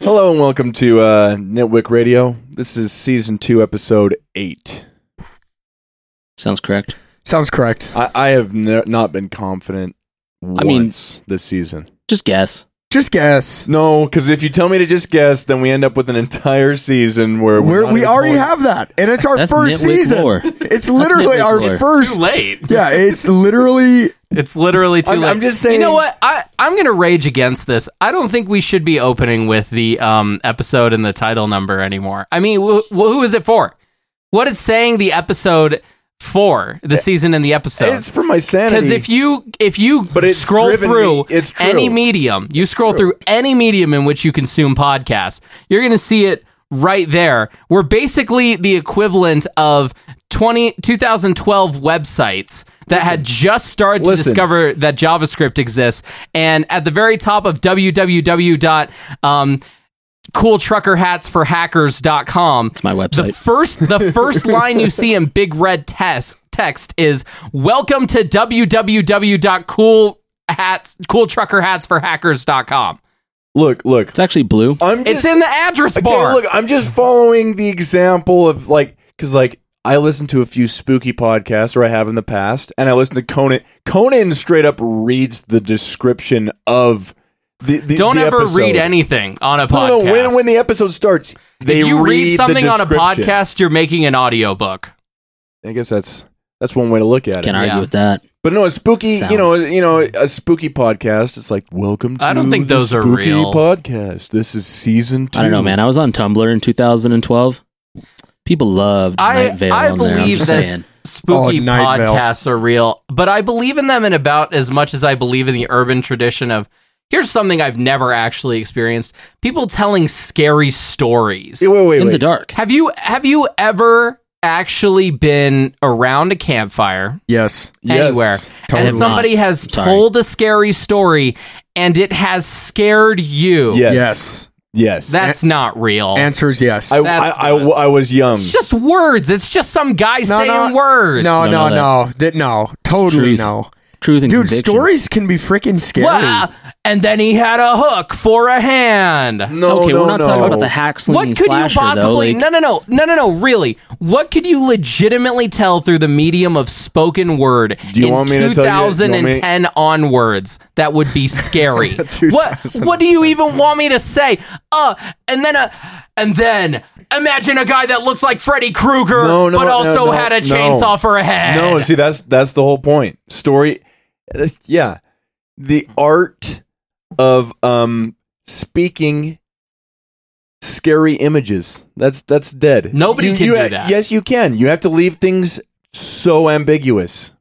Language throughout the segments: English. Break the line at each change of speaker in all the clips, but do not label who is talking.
Hello and welcome to uh, Nitwick Radio. This is season two, episode eight.
Sounds correct.
Sounds correct.
I, I have ne- not been confident once
mean-
this season.
Just guess.
Just guess.
No, because if you tell me to just guess, then we end up with an entire season where we're
We're,
not
we
even
already
going-
have that, and it's our
That's
first
nitwit
season.
lore.
It's literally
nitwit
our
lore. It's
first.
too late.
Yeah, it's literally.
It's literally too
I'm-
late.
I'm just saying-
You know what? I I'm gonna rage against this. I don't think we should be opening with the um episode and the title number anymore. I mean, wh- wh- who is it for? What is saying the episode for the season and the episode?
It's for my sanity.
Because if you if you
But it's
scroll
driven
through
me- it's true.
any medium, you scroll through any medium in which you consume podcasts, you're going to see it right there. We're basically the equivalent of 20, 2012 websites that had just started to
Listen.
discover that JavaScript exists, and at the very top of www. dot, Um, cooltruckerhatsforhackers.com
It's my website.
the first the first line you see in big red test text is welcome to www.coolhats cooltruckerhatsforhackers.com.
look, look,
it's actually blue.
I'm just,
It's in the address
Okay,
bar.
look, I'm just following the example of like because like I listen to a few spooky podcasts, or I have in the past, and I listen to Conan. Conan straight up reads the description of the. the
Don't
the
ever
episode.
read anything on a podcast.
No, no, when when the episode starts, they
if you read,
read, the
something on a
description.
podcast, you're making an audiobook.
I guess that's that's one way to look at
Can't
it.
argue
yeah.
with that.
But no, a spooky,
Sound.
you know, you know, a spooky podcast. It's like welcome. to
I don't think
the
those are
spooky
real.
podcast. This is season two.
I don't know, man. I was on Tumblr in 2012. People loved
I-
Night Vale
I
on there. I'm
believe
just
that-
saying.
spooky
Oh, Night Vale.
podcasts are real, but I believe in them in about as much as I believe in the urban tradition of here's something I've never actually experienced. People telling scary stories.
Wait, wait, wait.
in the dark.
Have you have you ever actually been around a campfire
Yes.
Yes.
anywhere
Totally
and somebody has
Sorry.
told a scary story and it has scared you?
Yes.
Yes.
Yes.
That's not real.
Answers yes.
I, I,
That's
I, w- I was young.
it's just words. It's just some guy
No,
saying
no.
words.
no,
No,
no,
no,
no. That no. Totally
Truth.
no.
Truth and
Dude,
conviction.
stories can be freaking scary.
Wha- and then he had a hook for a hand.
No,
okay,
no,
we're not
no.
talking about the hack
What
slinging
could you
slasher, though.
possibly?
Like,
no, no, no, no, no, no. Really, what could you legitimately tell through the medium of spoken word
Do you
in
want me to tell you- you want me-
2010 onwards that would be scary? what?
2010.
What do you even want me to say? Uh, and then, uh, and then, imagine a guy that looks like Freddy Krueger,
No, no,
but
no,
also
no,
had a
no.
chainsaw for a head.
No, see that's that's the whole point. Story that's- yeah. The art of um speaking scary images. That's that's dead.
Nobody can
you
do
ha-
that.
Yes, you can. You have to leave things so ambiguous.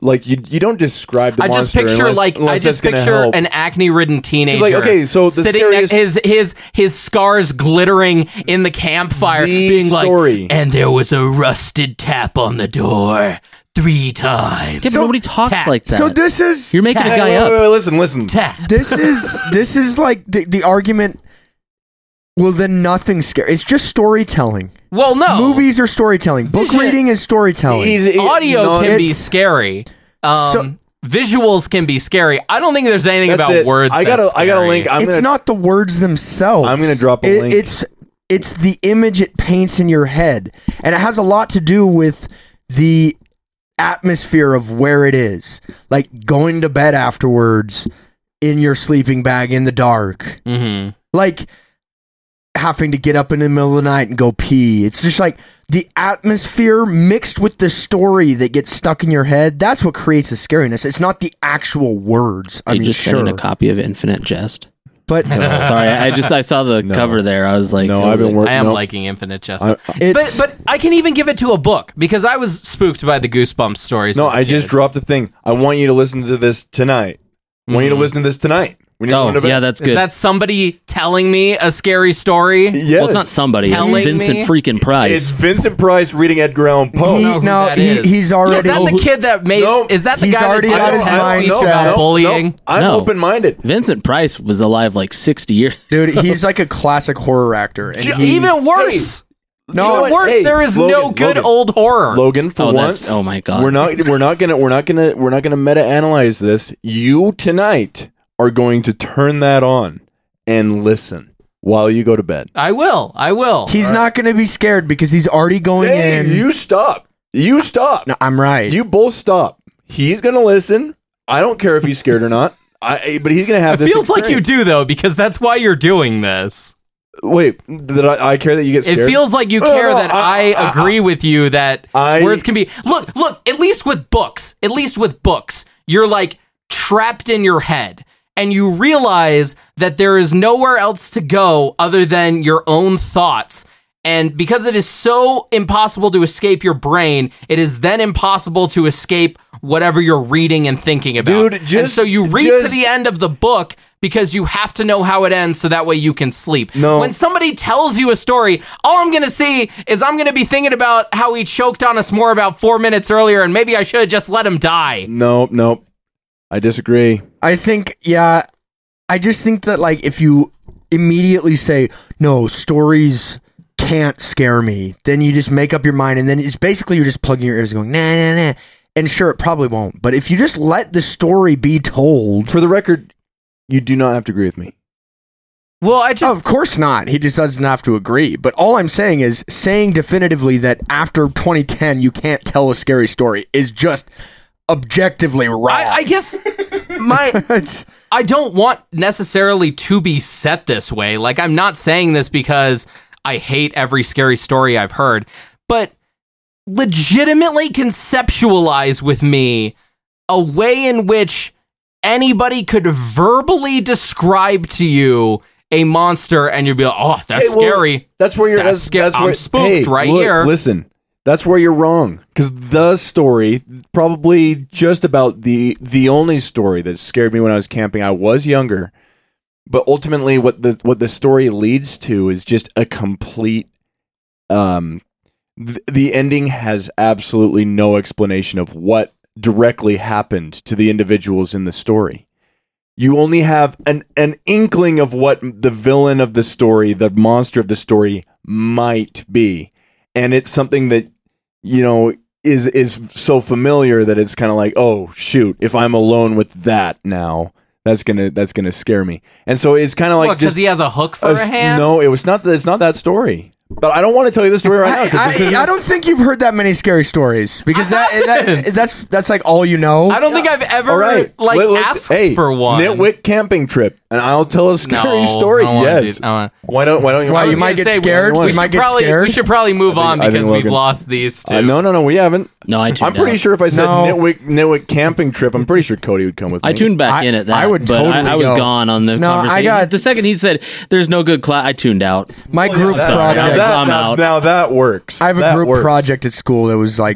Like you you don't describe the
I just
monster
picture
unless-
like I
unless that's
just
gonna
picture
help.
an acne-ridden teenager.
like, okay, so the
sitting
scariest-
ne- his his his scars glittering in the campfire,
The
being
story.
like, and there was a rusted tap on the door three times.
yeah, but nobody talks
Tat.
like that.
So this is
You're making a
Hey,
guy
wait,
up.
wait, wait, listen, listen.
Tap.
this is this is like the, the argument. Well, then nothing's scary. It's just storytelling.
Well, no,
Movies are storytelling. Book
Vision-
reading is storytelling.
He's- he-
audio
e-, no,
can be
it's-
scary. Um,
So-
visuals can be scary. I don't think there's anything
that's
about
it.
words.
I got
that's
a I got a
scary.
link. I'm
it's
gonna,
not the words themselves.
I'm gonna drop a
It-
link.
It's it's the image it paints in your head, and it has a lot to do with the atmosphere of where it is. Like going to bed afterwards in your sleeping bag in the dark,
Mhm.
like having to get up in the middle of the night and go pee. It's just like the atmosphere mixed with the story that gets stuck in your head. That's what creates the scariness. It's not the actual words. I
I
mean,
just sent
sure,
in a copy of Infinite Jest.
but
Sorry, I I just I saw the cover there. I was like,
no,
oh,
I've been
like-
working
I am
no.
liking Infinite
I-
Justice.
it's
but but I can even give it to a book because I was spooked by the Goosebumps stories.
No,
as a
I just
kid.
dropped a thing. I want you to listen to this tonight. I want you to listen to this tonight. When you're going to
Mm-hmm. Oh,
bed.
yeah, that's
Is
good.
that somebody telling me a scary story?
yes.
well, it's not somebody. It's
Telling
Vincent
me?
freaking
It's
Price.
Vincent Price reading Edgar Allan Poe.
He-
know who
no,
that
he-
is.
he's already-
Is that
Don't
the
know who-
kid that made?
No.
is that the
He's
guy
already
that did
got
the
his
test
mind
piece
set.
about
No,
bullying?
No, I'm
No.
open minded.
Vincent Price was alive like 60 years.
Dude, he's like a classic horror actor. And
Ju-
he,
Even worse.
No,
even worse.
hey,
there is no
Logan,
good
Logan.
old horror.
Logan, for
Oh, that's-
once,
oh my God.
we're not, we're not gonna, we're not gonna, we're not gonna meta analyze this. You tonight are going to turn that on and listen. while you go to bed.
I will. I will.
He's not going to be scared because he's already going
Hey,
in.
you stop. You stop.
No, I'm right.
You both stop. He's gonna listen. I don't care if he's scared or not. I, but he's gonna have.
It
this
feels like you
experience.
do though, because that's why you're doing this.
Wait, did I, I care that you get
It
scared?
feels like you
No,
care
no,
that
I-
I,
I-
agree with you that
I-
words can be look, look. At least with books, at least with books, you're like trapped in your head, and you realize that there is nowhere else to go other than your own thoughts. And because it is so impossible to escape your brain, it is then impossible to escape whatever you're reading and thinking about.
Dude,
and
just-
so you read to
just-
the end of the book because you have to know how it ends so that way you can sleep.
No.
When somebody tells you a story, all I'm going to see is I'm going to be thinking about how he choked on us more about four minutes earlier and maybe I should have just let him die.
Nope, nope. I disagree.
I think, yeah, I just think that like if you immediately say no, stories can't scare me, then you just make up your mind, and then it's basically you're just plugging your ears, and going nah nah nah. And sure, it probably won't, but if you just let the story be told,
For the record, you do not have to agree with me.
Well, I just.
of course not. He just doesn't have to agree. But all I'm saying is saying definitively that after 2010 you can't tell a scary story is just objectively wrong.
I, I guess my
It's-
I don't want necessarily to be set this way. Like I'm not saying this because I hate every scary story I've heard, but legitimately conceptualize with me a way in which anybody could verbally describe to you a monster and you'd be like, "Oh,
Hey,
that's
well,
scary."
That's where you're.
That's
That's,
sca-
that's where
I'm spooked
hey,
right
look,
here.
Listen, that's where you're wrong. Because the story, probably just about the the only story that scared me when I was camping. I was younger, but ultimately, what the what the story leads to is just a complete. Um, th- the ending has absolutely no explanation of what directly happened to the individuals in the story you only have an, an inkling of what the villain of the story, the monster of the story might be. And it's something that, you know, is is so familiar that it's kind of like, oh shoot, if I'm alone with that now, that's gonna that's gonna scare me. And so it's kind of like
Like, because
just
he has a hook for
a
a,
s-
hand.
no, it was not that it's not that story. But I don't want to tell you the story right now. 'cause this
I,
isn't-
I, I don't think you've heard that many scary stories because that, that that's that's like all you know.
I don't think I've ever
All right,
like
let- let's-
asked
hey,
for one.
Nitwit camping trip, and I'll tell a
No,
scary story.
I don't wanna do-
yes,
I don't wanna-
why don't why don't you?
Why,
I
you
was
might
gonna
get
say,
scared?
We,
We
should
might get
probably,
scared.
We should probably move on
I think
because
we're
we've
good.
lost these two.
Uh, no, no, no, we haven't.
No, I tuned
I'm pretty
out.
sure if I said
No.
Nitwit Nitwit camping trip, I'm pretty sure Cody would come with me.
I tuned back
I-
in at that.
I would
but
totally
I, I was
go.
gone on the
No, I
conversation.
got-
the second he said, "There's no good class," I tuned out.
My group
that's-
Now
Yeah,
project.
that,
I'm
now,
out.
now that works.
I have a
That
group
works.
project at school that was like,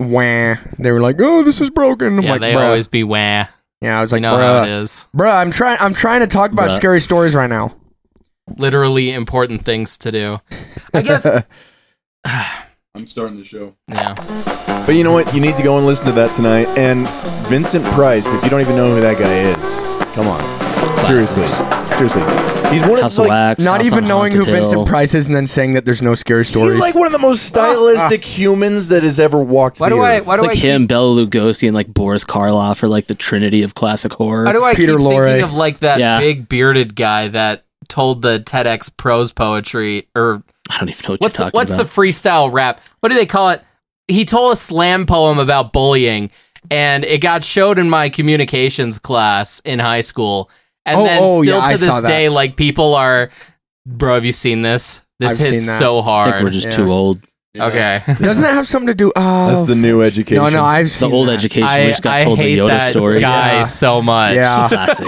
wah. They were like, oh, this is broken. I'm
yeah,
like,
they
bruh.
always be wah.
yeah, I was
You
like,
know how it
bruh,
is.
bruh, I'm trying, I'm trying to talk about
Bruh.
scary stories right now.
Literally important things to do. I guess.
I'm starting the show.
yeah.
But you know what? You need to go and listen to that tonight. And Vincent Price, if you don't even know who that guy is, come on. Seriously, seriously, he's one of
House of
like,
Wax.
Not
House
even
on
knowing who
Haunted Hill.
Vincent Price is, and then saying that there's no scary
he's
stories.
like one of the most stylistic humans that has ever walked.
Why
the
do I?
earth.
Why
It's
do
like
I? keep-
him, Bela Lugosi, and like Boris Karloff are like the trinity of classic horror.
Why do I
Peter
keep
Lorre.
thinking of like that
Yeah.
big bearded guy that told the TEDx prose poetry or
I don't even know what
what's
you're
the,
talking
what's the
about.
freestyle rap? What do they call it? He told a slam poem about bullying, and it got showed in my communications class in high school. And
Oh,
then
oh,
still
yeah, I
to
saw
this
that.
day, like people are, bro, have you seen this? This
I've
hits
seen that.
so
I think we're
hard.
just
Yeah.
too old.
Okay,
Doesn't that have something to do? Oh,
That's the new education.
no, no, I've
The
seen
old
that.
education. we
I,
just got
I
told the
hate
Yoda
that
story.
guy
Yeah.
so much.
Yeah.
Classic.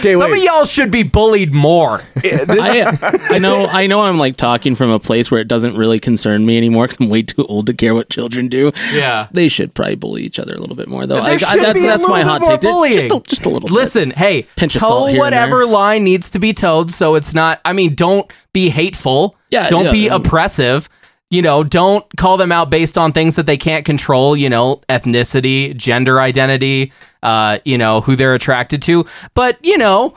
okay,
Some of
wait.
y'all should be bullied more.
I, I know I know I'm like talking from a place where it doesn't really concern me anymore because I'm way too old to care what children do.
yeah.
They should probably bully each other a little bit more though.
There should
that's
be a
that's
little
my
bit
hot
more
take. Just-
bullying.
Just, a, just a little. bit.
Listen, hey,
Pinch of salt
toe
here and
whatever
there.
line needs to be towed, so it's not. I mean, don't be hateful.
Yeah,
don't
yeah,
be
um,
oppressive. You know, don't call them out based on things that they can't control. You know, ethnicity, gender identity. Uh, you know who they're attracted to, but you know,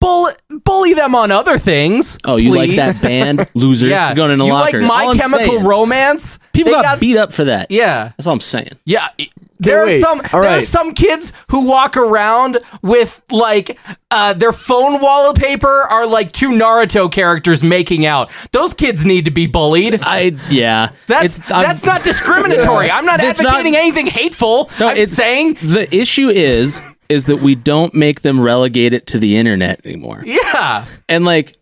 bull- bully them on other things.
Oh, you like
please.
that band, loser?
Yeah,
You're going in the
you
locker.
like My
All I'm
Chemical
saying.
Romance?
People
They
got, beat up for that.
Yeah,
That's all I'm saying.
yeah. there
wait.
are some
All
there are
right.
some kids who walk around with like uh, their phone wallpaper are like two Naruto characters making out. Those kids need to be bullied.
I yeah.
That's
I'm-
that's not discriminatory. I'm not
It's not-
advocating anything hateful.
No,
I'm
it's-
saying
the issue is is that we don't make them relegate it to the internet anymore.
yeah.
And like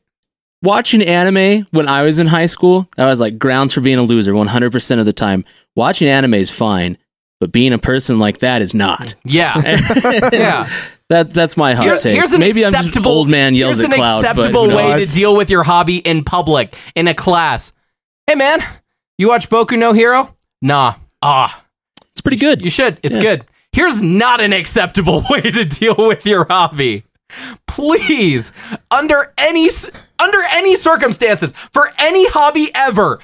watching anime when I was in high school, I was like grounds for being a loser 100% of the time. Watching anime is fine, but being a person like that is not.
Yeah. yeah.
That that's my hot
Here-
take. Maybe I'm just old man yells
here's
at
an
cloud. but,
acceptable
you know,
way to
it's-
deal with your hobby in public, in a class. Hey, man, you watch Boku no Hero? Nah. Ah,
it's pretty good.
you should. It's
Yeah.
good. Here's not an acceptable way to deal with your hobby. Please, under any s- under any circumstances, for any hobby ever,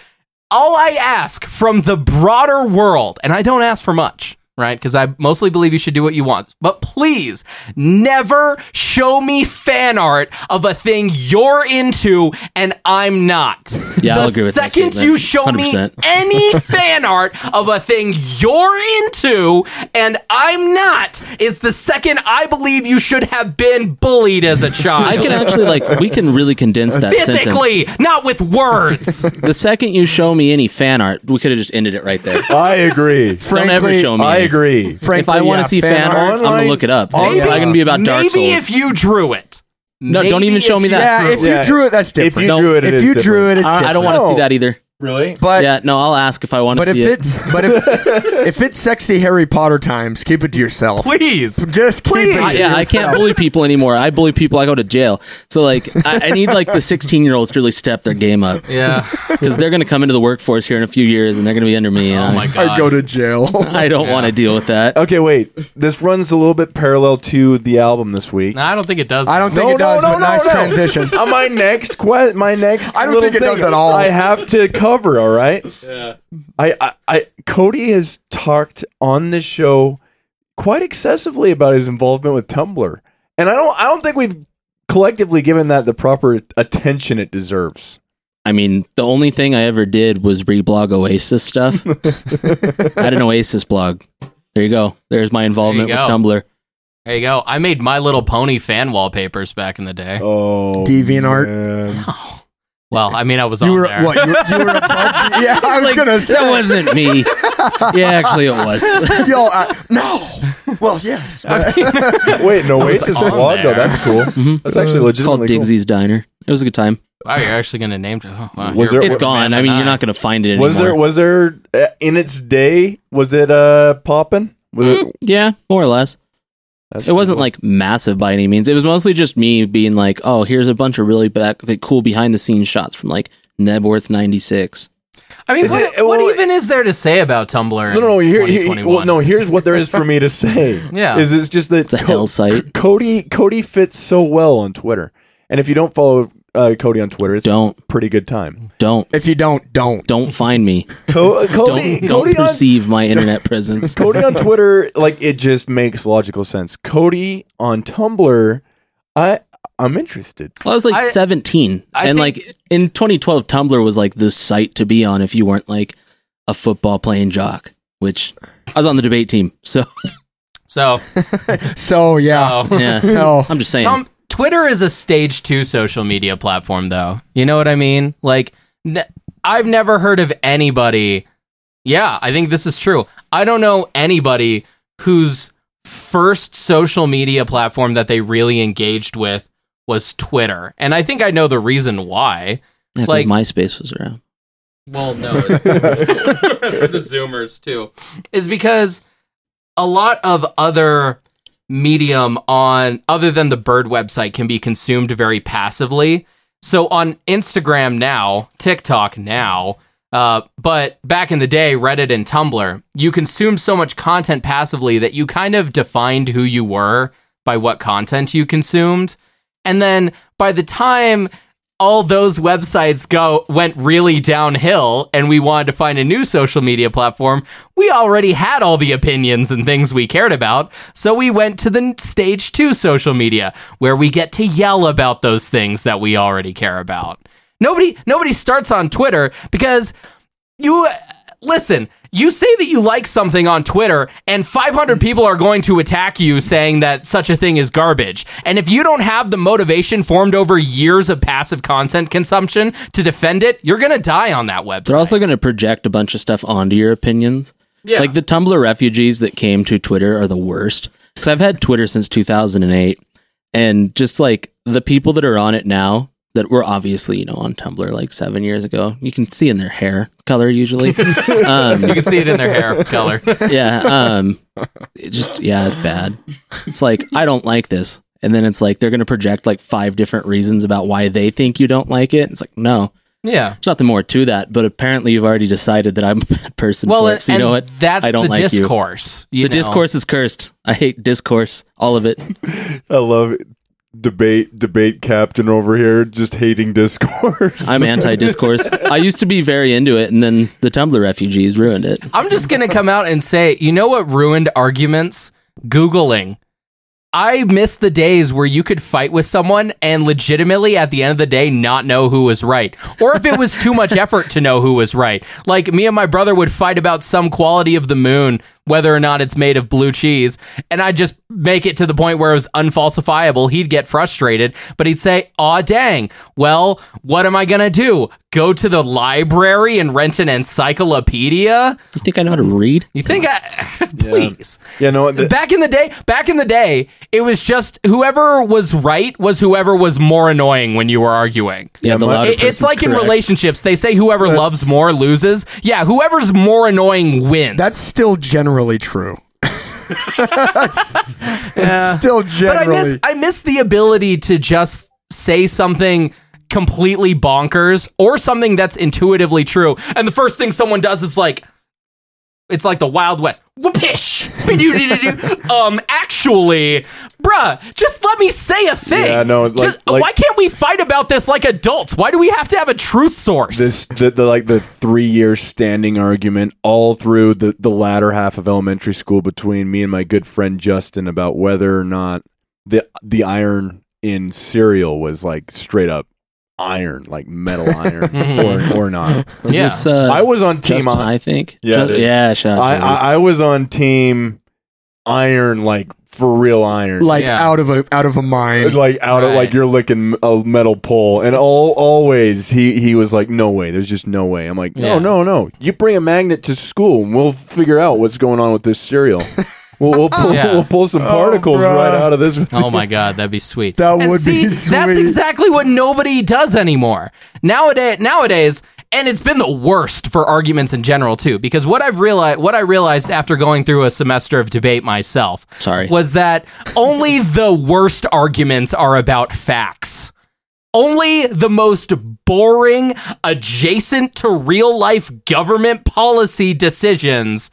all I ask from the broader world, and I don't ask for much, right? Because I mostly believe you should do what you want. But please, never show me fan art of a thing you're into and I'm not.
Yeah,
the
I'll agree with that
second
statement.
you show me
100%.
any fan art of a thing you're into and I'm not is the second I believe you should have been bullied as a child.
I can actually like we can really condense that sentence.
physically, not with words.
The second you show me any fan art, we could have just ended it right there.
I agree.
Don't ever
Frankly,
show me.
I
any.
agree.
If I
Frankly,
want to
yeah,
see fan,
fan
art,
art.
I'm gonna
Online-
look it up.
Maybe-
it's not gonna be about Dark
maybe
Souls.
if you drew it.
No, don't even show me that.
Yeah, if you
Yeah.
drew it, that's
If you
different.
drew it, it
if
is
you drew it,
different.
it's
I, I don't want to see
No.
that either.
really?
But
yeah, no, I'll ask if I want to
but if
see it.
it's but if if it's sexy Harry Potter times, keep it to yourself.
Please.
Just keep
Please.
it.
I,
to
yeah, I can't
yourself.
bully people anymore. I bully people. I go to jail. So like, I, I need like the 16 year olds to really step their game up
Yeah.
because they're gonna come into the workforce here in a few years and they're gonna be under me.
Oh
And I,
Or go to jail.
I don't want to deal with that.
Okay, wait. This runs a little bit parallel to the album this week.
I don't think it does.
I don't think
No,
it does,
no, no,
but
no,
nice
no.
transition.
Uh, my next que- my next
I don't
little
think it
thing
does at all.
I have to cover, all right? Yeah. I, I I Cody has talked on this show quite excessively about his involvement with Tumblr. And I don't I don't think we've collectively given that the proper attention it deserves.
I mean, the only thing I ever did was reblog Oasis stuff. I had an Oasis blog. There you go. There's my involvement with
go.
Tumblr.
There you go. I made My Little Pony fan wallpapers back in the day.
Oh.
DeviantArt.
man.
Well, I mean, I was
You
on
were
there.
what? You were, you were above the- yeah, I was
Like,
gonna say.
that wasn't me. Yeah, actually, it was.
Yo, I, no. Well, yes. but-
Wait, no, Oasis
on
blog though.
there.
That's cool. That's actually
It's called
legitimately cool.
Digsy's Diner. It was a good time.
Wow, you're actually going to name it. Oh, wow,
Was
you're-
there-
It's
What-
gone. I mean, you're not going to find it anymore.
Was there was there uh, in its day was it uh popping? Was it
Yeah, more or less.
That's
It wasn't like massive by any means. It was mostly just me being like, "Oh, here's a bunch of really back, like, cool behind the scenes shots from like Nebworth '96."
I mean,
Is
what,
it-
what
well,
even is there to say about Tumblr?
No, no, no.
in
Here, here,
2021?
well, no. Here's what there is for me to say.
Yeah.
is it's just that
It's a hell site.
Cody Cody fits so well on Twitter, and if you don't follow uh, Cody on Twitter, it's
Don't,
a pretty good time.
don't,
if you don't, don't.
don't find me.
Co- Cody,
Don't, don't
Cody on
perceive my internet presence.
Cody on Twitter, like it just makes logical sense. Cody on Tumblr, I I'm interested.
Well, I was like
I-
17,
I
and
think-
like in 2012, Tumblr was like the site to be on if you weren't like a football playing jock. Which I was on the debate team, so
So,
So yeah.
oh.
yeah.
So
I'm just saying.
Tom, Twitter is a stage two social media platform, though. You know what I mean? Like, n- I've never heard of anybody. Yeah, I think this is true. I don't know anybody whose first social media platform that they really engaged with was Twitter. And I think I know the reason why.
Yeah, 'cause
like-
MySpace was around.
Well, no, for the Zoomers too, is because a lot of other medium on other than the bird website can be consumed very passively. So on Instagram now, TikTok now, uh, but back in the day, Reddit and Tumblr, you consumed so much content passively that you kind of defined who you were by what content you consumed. And then by the time all those websites go went really downhill and we wanted to find a new social media platform, we already had all the opinions and things we cared about. So we went to the n- stage 2 social media where we get to yell about those things that we already care about. Nobody nobody starts on Twitter because you uh, listen, you say that you like something on Twitter, and 500 people are going to attack you saying that such a thing is garbage. And if you don't have the motivation formed over years of passive content consumption to defend it, you're going to die on that website.
They're also going to project a bunch of stuff onto your opinions.
Yeah.
Like the Tumblr refugees that came to Twitter are the worst. Because I've had Twitter since 2008. And just like the people that are on it now that were obviously, you know, on Tumblr like seven years ago, you can see in their hair color usually. um,
you can see it in their hair color.
yeah. Um, it just, yeah, it's bad. It's like, I don't like this. And then it's like, they're going to project like five different reasons about why they think you don't like it. It's like, no,
Yeah.
there's nothing more to that, but apparently you've already decided that I'm a bad person
Well,
for it. So you
and
know what?
That's
I don't
the
like you.
discourse. You.
The
know.
discourse is cursed. I hate discourse, all of it.
I love it. Debate, debate captain over here, just hating discourse.
I'm anti discourse. I used to be very into it, and then the Tumblr refugees ruined it.
I'm just going to come out and say, you know what ruined arguments? Googling. I miss the days where you could fight with someone and legitimately at the end of the day not know who was right. Or if it was too much effort to know who was right. Like me and my brother would fight about some quality of the moon, whether or not it's made of blue cheese, and I'd just make it to the point where it was unfalsifiable. He'd get frustrated, but he'd say, Aw dang, well, what am I gonna do? Go to the library and rent an encyclopedia?
You think I know how to read?
You think I? please.
yeah, no, the,
Back in the day, back in the day, it was just whoever was right was whoever was more annoying when you were arguing.
Yeah, the
my-
louder
It- it's
person's
like in
correct.
relationships, they say whoever loves more loses. Yeah, whoever's more annoying wins.
That's still generally true. it's, it's still
but I
generally.
miss I miss the ability to just say something completely bonkers or something that's intuitively true. And the first thing someone does is like it's like the Wild West. Whoopish! Bidoo-doo-doo-doo. um, actually, bruh, just let me say a thing.
Yeah, no, like-
Just-
like-
why can't we fight about this like adults? Why do we have to have a truth source?
this the, the like the three year standing argument all through the the latter half of elementary school between me and my good friend Justin about whether or not the the iron in cereal was like straight up iron, like metal iron, or or not.
Was
Yeah.
this, uh,
I was on team.
Justin,
I,
I think.
Yeah,
Ju-
it is.
yeah, shout out
I,
to
I I was on team iron, like for real iron,
like
Yeah.
out of a out of a mind.
like out of like
Right.
you're licking a metal pole and all always he he was like no way there's just no way i'm like no
Yeah.
no no you bring a magnet to school and we'll figure out what's going on with this cereal we'll, we'll, pull,
Yeah.
we'll pull some particles
Oh, bruh.
right out of this
Oh my god, that'd be sweet.
That
And
would be
That's
sweet.
exactly what nobody does anymore. Nowadays, nowadays, and it's been the worst for arguments in general too. Because what I've realized, what I realized after going through a semester of debate myself,
Sorry.
was that only the worst arguments are about facts. Only the most boring, adjacent to real life government policy decisions.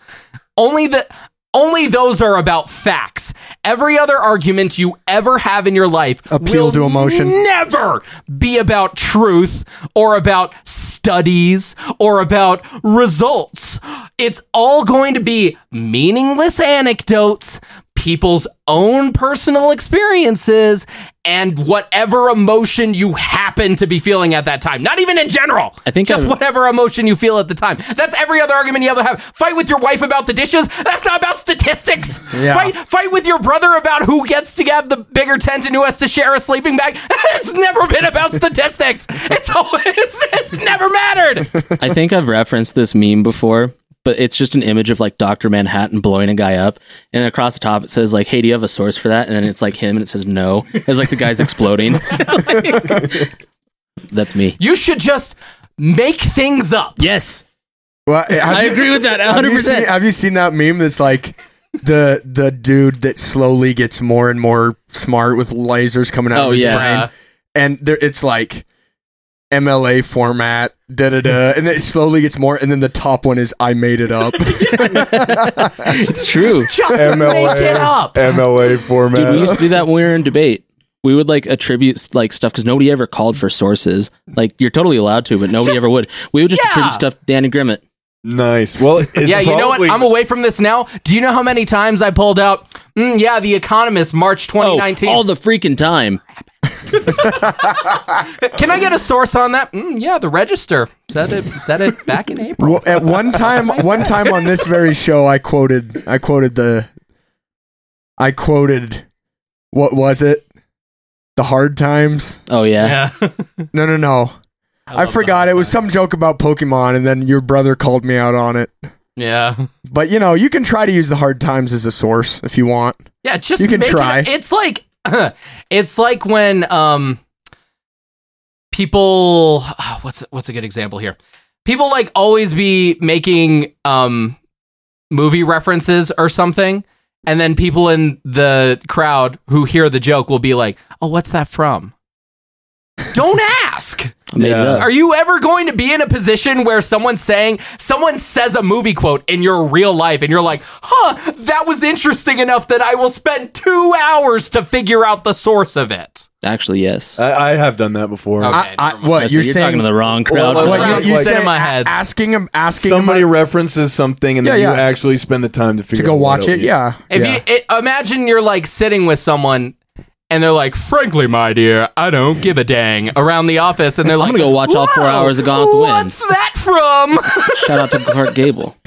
Only the only those are about facts. Every other argument you ever have in your life
Appeal
will
to emotion.
Never be about truth or about studies or about results. It's all going to be meaningless anecdotes, people's own personal experiences, and whatever emotion you happen to be feeling at that time. Not even in general.
I think
just
I've-
whatever emotion you feel at the time. That's every other argument you ever have. Fight with your wife about the dishes. That's not about statistics.
Yeah.
Fight fight with your brother about who gets to have the bigger tent and who has to share a sleeping bag. it's never been about statistics. It's always it's, it's never mattered.
I think I've referenced this meme before, but it's just an image of like Dr. Manhattan blowing a guy up. And across the top, it says, like, hey, do you have a source for that? And then it's like him and it says no. It's like the guy's exploding. Like, that's me.
You should just make things up.
Yes.
Well, have
I
you-
agree with that
Have you, seen,
100%.
have you seen that meme that's like the the dude that slowly gets more and more smart with lasers coming out
Oh,
of his
yeah.
brain? And there, it's like MLA format, da da da. And it slowly gets more. And then the top one is I made it up.
It's true.
Just
MLA,
make it up.
mla format
Dude, we used to do that when we were in debate. We would like attribute like stuff because nobody ever called for sources. Like you're totally allowed to, but nobody ever would. We would just
Yeah.
attribute stuff. to Danny Grimmett.
nice well it's
Yeah, you know what?
probably-
I'm away from this now. Do you know how many times I pulled out? Mm, yeah, The Economist, March
Oh,
2019.
all the freaking time.
Can I get a source on that? Mm, yeah, the Register said it. Said it back in April.
Well, at one time, one time on this very show, I quoted, I quoted the, I quoted, what was it? The hard times.
Oh yeah.
No, no, no. I,
love
forgot.
that.
It was some joke about Pokemon, and then your brother called me out on it.
Yeah.
But you know, you can try to use the hard times as a source if you want.
Yeah, just
You can
make it-
try.
it's like it's like when um people ah, what's what's a good example here? People like always be making um movie references or something and then people in the crowd who hear the joke will be like, "Oh, what's that from?" Don't ask.
I made
Yeah.
it up.
Are you ever going to be in a position where someone's saying, someone says a movie quote in your real life and you're like, huh, that was interesting enough that I will spend two hours to figure out the source of it?
Actually, yes.
I, I have done that before.
Okay.
I, I,
never mind.
what
Yes,
you're,
you're
saying?
talking to the wrong crowd.
Well,
for
well,
that.
well,
what you, you
Like-
said?
in my head.
Asking him, asking
Somebody
him
references something, and
Yeah,
then you
yeah.
actually spend the time to figure
to go
out what
watch
it-
it. Yeah,
If
yeah.
you it, imagine you're like sitting with someone and they're like, frankly, my dear, I don't give a dang around the office. And they're like,
gonna go watch all four
"Whoa,
hours of Gone with the Wind."
What's that from?
Shout out to Clark Gable.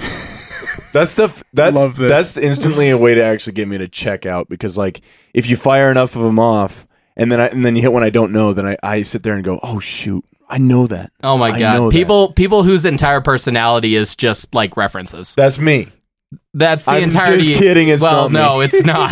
That stuff that's
Love this.
that's instantly a way to actually get me to check out because like if you fire enough of them off and then I, and then you hit one I don't know, then I, I sit there and go, oh shoot, I know that.
oh my
I know
God.
that."
People, people whose entire personality is just like references.
That's me.
That's the
I'm just
entirety.
kidding, it's
well,
not me.
no, it's not.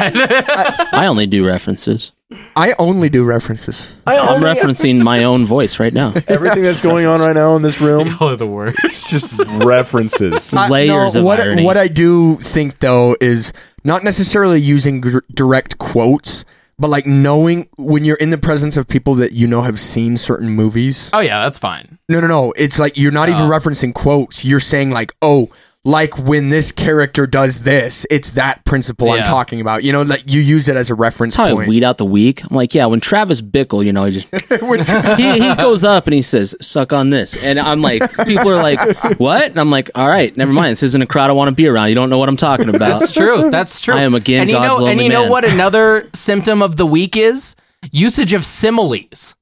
I only do references.
I only do references.
I
I'm
only-
referencing my own voice right now.
everything that's going on right now in this room.
All of the worst.
It's just references.
I-
Layers of
what,
irony.
What I do think though is not necessarily using gr- direct quotes, but like knowing when you're in the presence of people that you know have seen certain movies.
Oh yeah, that's fine.
No, no, no. It's like you're not
Oh.
even referencing quotes. You're saying like, oh, like when this character does this, it's that principle I'm
Yeah.
talking about. You know, like you use it as a reference
That's how I
point.
weed out the weak. I'm like, yeah, when Travis Bickle, you know, he just he, he goes up and he says, "Suck on this," and I'm like, people are like, "What?" And I'm like, "All right, never mind. This isn't a crowd I want to be around. You don't know what I'm talking about."
That's true. That's true.
I am again
and you
God's
know, And
lonely
you know
man.
what another symptom of the week is? Usage of similes.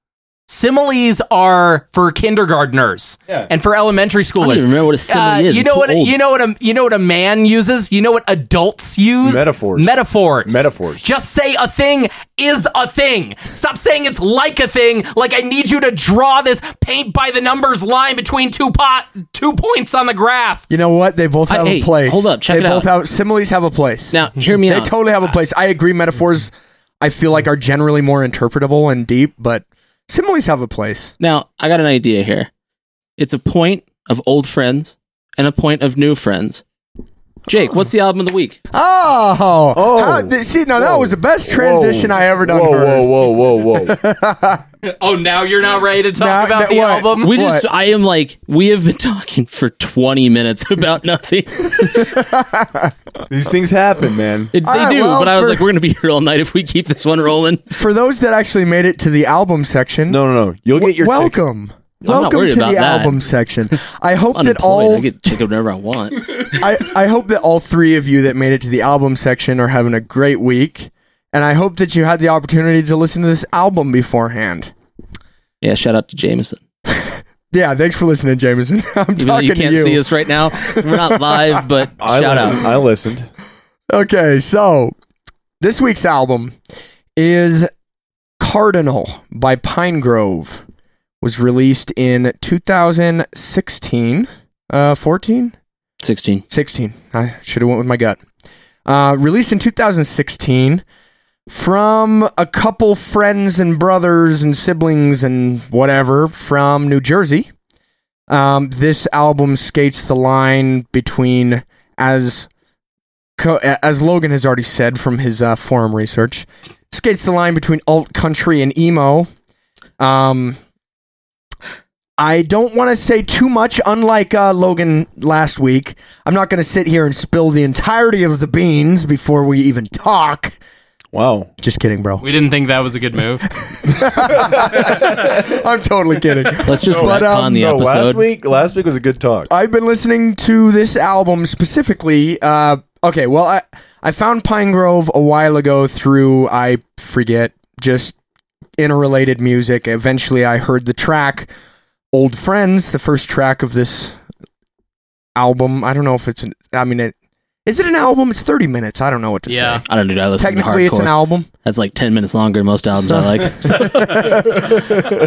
Similes are for kindergartners
Yeah.
and for elementary
I don't
schoolers.
even remember what a simile
Uh,
is.
you
I'm
know
too
what?
old.
You know what? A, you know what a man uses. You know what adults use.
Metaphors.
Metaphors.
Metaphors.
Just say a thing is a thing. Stop saying it's like a thing. Like I need you to draw this paint by the numbers line between two pot two points on the graph.
you know what? They both
I-
have
hey,
a place.
hold up, check
they
it
both
out.
have similes have a place.
Now, hear me
they
out.
totally have a place. I agree. Metaphors, I feel like are generally more interpretable and deep, but similes have a place.
Now, I got an idea here. It's a point of old friends and a point of new friends. Jake, what's the album of the week?
Oh,
Oh.
How- th- see, now that was the best transition
Whoa.
I ever done.
Whoa,
heard.
whoa, whoa, whoa, whoa.
Oh, now you're not ready to talk
Now-
about
now
the
what?
album.
We
What?
just, I am like, we have been talking for 20 minutes about nothing.
These things happen, man.
It, they
All right,
do,
well,
but I was
for-
like, we're going to be here all night if we keep this one rolling.
For those that actually made it to the album section,
No, no, no. You'll get your ticket.
welcome.
not
Welcome
worried
to
about
the
that.
album section. I hope
I'm
that
unemployed.
all
I get to check it whenever I want.
I, I hope that all three of you that made it to the album section are having a great week. And I hope that you had the opportunity to listen to this album beforehand.
Yeah, shout out to Jameson.
Yeah, thanks for listening, Jameson. I'm
Even though
talking
you can't
to you.
see us right now, we're not live, but
I
shout
listened.
out.
I listened.
Okay, so this week's album is Cardinal by Pinegrove. Was released in 2016, uh, 14?
16.
16. I should have went with my gut. Uh, released in 2016 from a couple friends and brothers and siblings and whatever from New Jersey. Um, this album skates the line between as co- as Logan has already said from his uh, forum research, skates the line between alt country and emo. Um, I don't want to say too much, unlike uh, Logan last week. I'm not going to sit here and spill the entirety of the beans before we even talk.
Wow.
Just kidding, bro.
We didn't think that was a good move.
I'm totally kidding.
Let's just
But,
retcon
um,
the
No,
episode.
last week, last week was a good talk.
I've been listening to this album specifically. Uh, okay, well, I I found Pine Grove a while ago through I forget just interrelated music. Eventually, I heard the track "Old Friends," the first track of this album. I don't know if it's an. I mean, it, is it an album? It's thirty minutes. I don't know what to
Yeah.
say.
I don't do that. I listen
Technically,
to hardcore.
it's an album,
That's like ten minutes longer than most albums I like.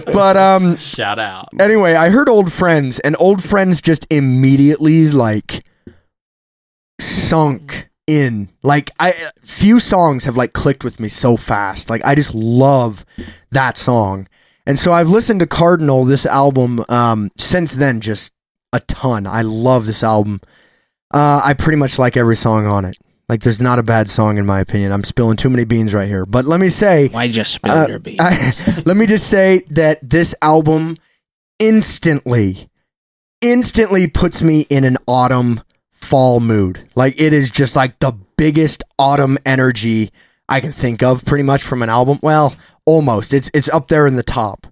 but um,
Shout out.
anyway, I heard old friends, and old friends just immediately like sunk in. Like I few songs have like clicked with me so fast. Like I just love that song. And so I've listened to Cardinal this album um since then just a ton. I love this album. Uh I pretty much like every song on it. Like there's not a bad song in my opinion. I'm spilling too many beans right here. But let me say
Why just spill
Uh,
your beans?
I- let me just say that this album instantly, instantly puts me in an autumn fall mood. Like it is just like the biggest autumn energy I can think of, pretty much from an album. Well, almost. It's it's up there in the top.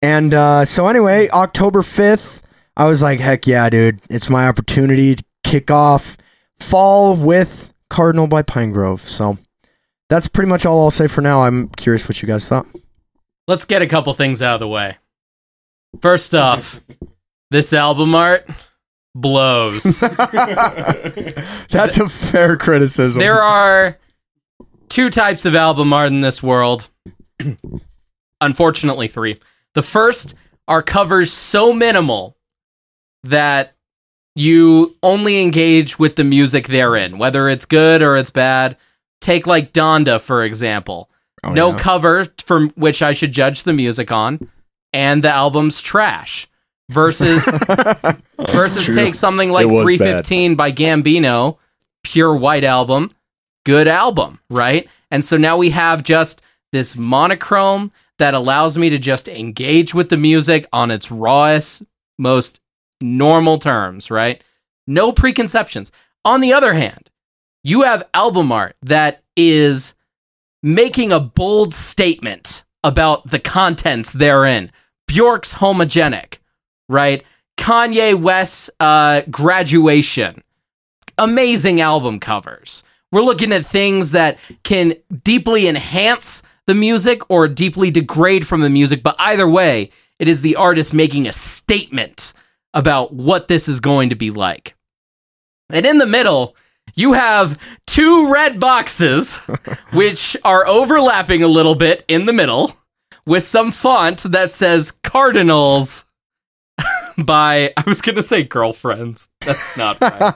And uh, so anyway, October fifth, I was like, heck yeah, dude! It's my opportunity to kick off fall with Cardinal by Pinegrove. So. That's pretty much all I'll say for now. I'm curious what you guys thought.
Let's get a couple things out of the way. First off, this album art blows.
That's a fair criticism.
there are two types of album art in this world. Unfortunately, three. The first are covers so minimal that you only engage with the music therein, whether it's good or it's bad. Take like Donda, for example. no cover from which I should judge the music on, and the album's trash. Versus versus take something like
It was bad.
315 by Gambino, pure white album, good album, right? And so now we have just this monochrome that allows me to just engage with the music on its rawest, most normal terms, right? No preconceptions. On the other hand, you have album art that is making a bold statement about the contents therein. Bjork's homogenic, right? Kanye West's uh, graduation. Amazing album covers. We're looking at things that can deeply enhance the music or deeply degrade from the music, but either way, it is the artist making a statement about what this is going to be like. And in the middle, you have two red boxes, which are overlapping a little bit in the middle, with some font that says Cardinals by, I was going to say girlfriends. That's not right.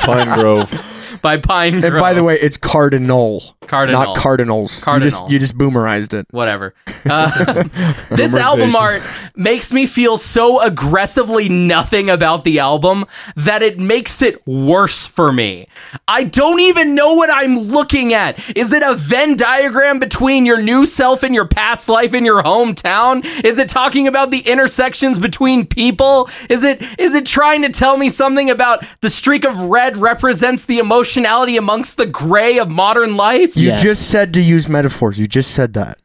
Pine Grove.
by Pine Grove.
and by the way, it's cardinal,
Cardinal.
not cardinals. You
Cardinal.
just you just boomerized it.
whatever. Uh, this album art makes me feel so aggressively nothing about the album that it makes it worse for me. I don't even know what I'm looking at. Is it a Venn diagram between your new self and your past life in your hometown? Is it talking about the intersections between people? Is it is it trying to tell me something about the streak of red represents the emotionality amongst the gray of modern life?
You
Yes.
just said to use metaphors. You just said that.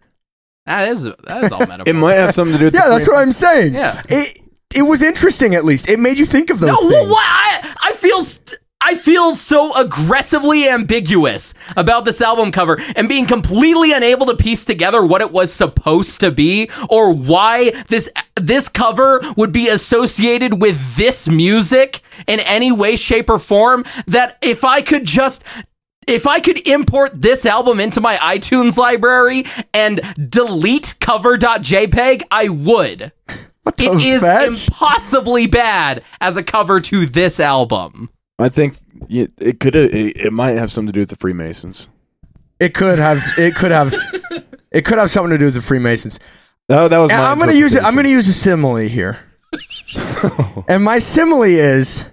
That is that is all metaphor.
It might have something to do with
Yeah,
the
that's what I'm saying.
Yeah.
It it was interesting at least. It made you think of those
No,
things.
well, what? I, I feel. St- I feel so aggressively ambiguous about this album cover and being completely unable to piece together what it was supposed to be or why this this cover would be associated with this music in any way shape or form that if I could just if I could import this album into my iTunes library and delete cover.jpg E I would.
What the
It is
fetch?
impossibly bad as a cover to this album.
I think y- it could. It, it might have something to do with the Freemasons.
it could have it could have it could have something to do with the Freemasons.
Oh, that was.
And
my
I'm gonna use it. I'm gonna use a simile here. and my simile is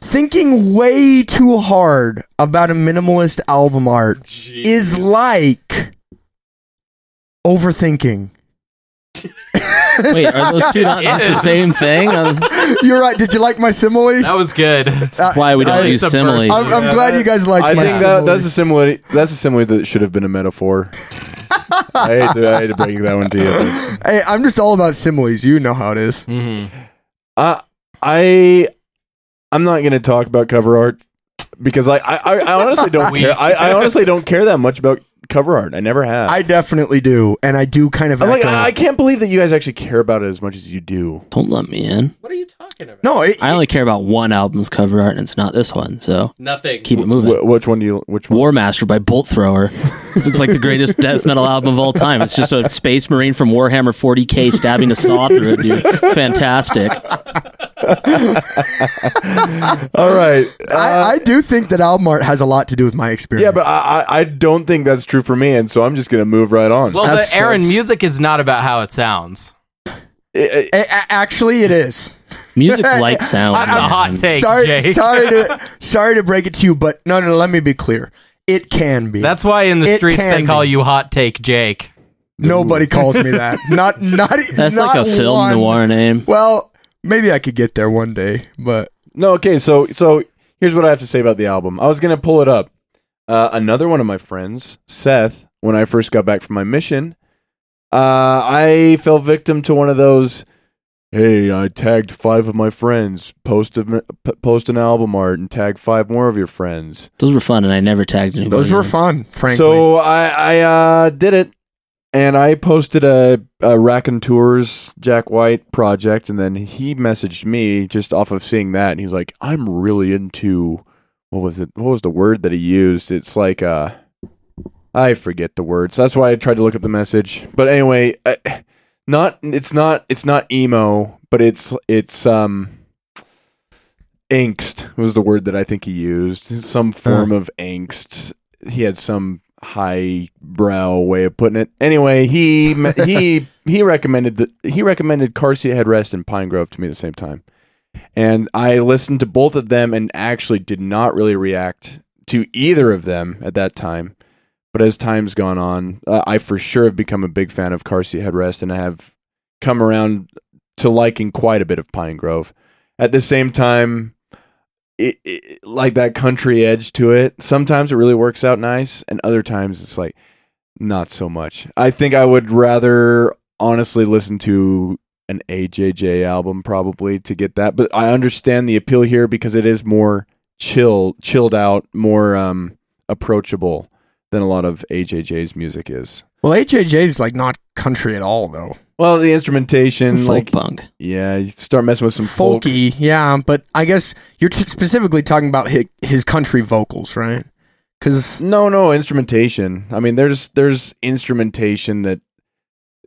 thinking way too hard about a minimalist album art is like overthinking.
Wait, are those two not just the same thing? I was-
You're right. Did you like my simile?
That was good.
Uh,
why we don't
I-
use simile.
I'm, I'm glad you guys liked
I
my
think
simile.
that, that's a simile. That's a simile that should have been a metaphor. I hate to, I hate to break that one to you.
hey, I'm just all about similes. You know how it is.
Mm.
I I I'm not gonna talk about cover art because I I, I I honestly don't care. I, I honestly don't care that much about cover art. I never have.
I definitely do, and I do kind of
I'm like,
echo-
I, I can't believe that you guys actually care about it as much as you do.
Don't let me in.
What are you talking about?
no, it,
I only care about one album's cover art, and it's not this one. So
Nothing.
keep it moving.
Wh- which one do you? Which one?
War Master by Bolt Thrower. It's like the greatest death metal album of all time. It's just a space marine from Warhammer 40k stabbing a saw through it, dude. It's fantastic.
All right.
I, I do think that album art has a lot to do with my experience.
Uh, Yeah, but I, I I don't think that's true for me, and so I'm just gonna move right on.
Well,
That's
but Aaron,
true.
music is not about how it sounds.
I-
A- a- actually, it is.
Music's like sound.
I- I-
The
man.
hot take,
sorry,
Jake.
sorry to sorry to break it to you, but no, no. Let me be clear. It can be.
That's why in the
It
streets they
can
call
be.
you Hot Take Jake.
nobody calls me that. Not not. e,
That's
not
like a film
one-
noir name.
Well, maybe I could get there one day, but
no, okay. So so here's what I have to say about the album. I was gonna pull it up. Uh, another one of my friends, Seth, when I first got back from my mission, uh, I fell victim to one of those. Hey, I tagged five of my friends. Post a, p- post an album art and tag five more of your friends.
Those were fun, and I never tagged anybody.
those were
in them.
fun. Frankly,
So I I uh, did it, and I posted a, a Rack and Tours Jack White project, and then he messaged me just off of seeing that, and he's like, "I'm really into what was it? What was the word that he used? It's like uh, I forget the word, so that's why I tried to look up the message. But anyway, I, not it's not it's not emo, but it's it's um." Angst was the word that I think he used. Some form of angst he had some high brow way of putting it. Anyway, he he he recommended that he recommended Car Seat Headrest and Pine Grove to me at the same time, and I listened to both of them and actually did not really react to either of them at that time. But as time's gone on, uh, I for sure have become a big fan of Car Seat Headrest, and I have come around to liking quite a bit of Pine Grove. At the same time, it, it like that country edge to it. Sometimes it really works out nice, and other times it's like not so much. I think I would rather honestly listen to an AJJ album probably to get that, but I understand the appeal here because it is more chill, chilled out, more um, approachable than a lot of AJJ's music is.
well, HJJ's like not country at all, though.
Well, the instrumentation, like
folk punk.
yeah, you start messing with some folk.
Folky, yeah, but I guess you're t- specifically talking about his, his country vocals, right? Because
No, no instrumentation. I mean, there's there's instrumentation that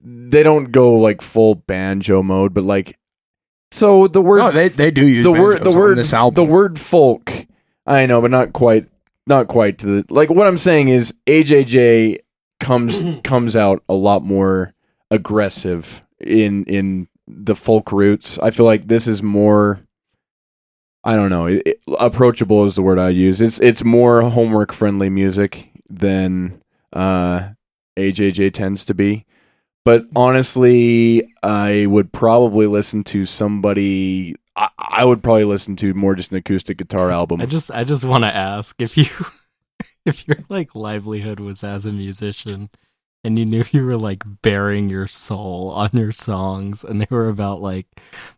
they don't go like full banjo mode, but like so the word
no, they they do use
the word the
banjos on
word
this album.
the word folk. I know, but not quite not quite to the like what I'm saying is AJJ comes comes out a lot more aggressive in in the folk roots. I feel like this is more I don't know, it, it- approachable is the word I use. It's it's more homework friendly music than uh AJJ tends to be. But honestly, I would probably listen to somebody I, I would probably listen to more just an acoustic guitar album.
I just I just want to ask if you if your like livelihood was as a musician and you knew you were like bearing your soul on your songs and they were about like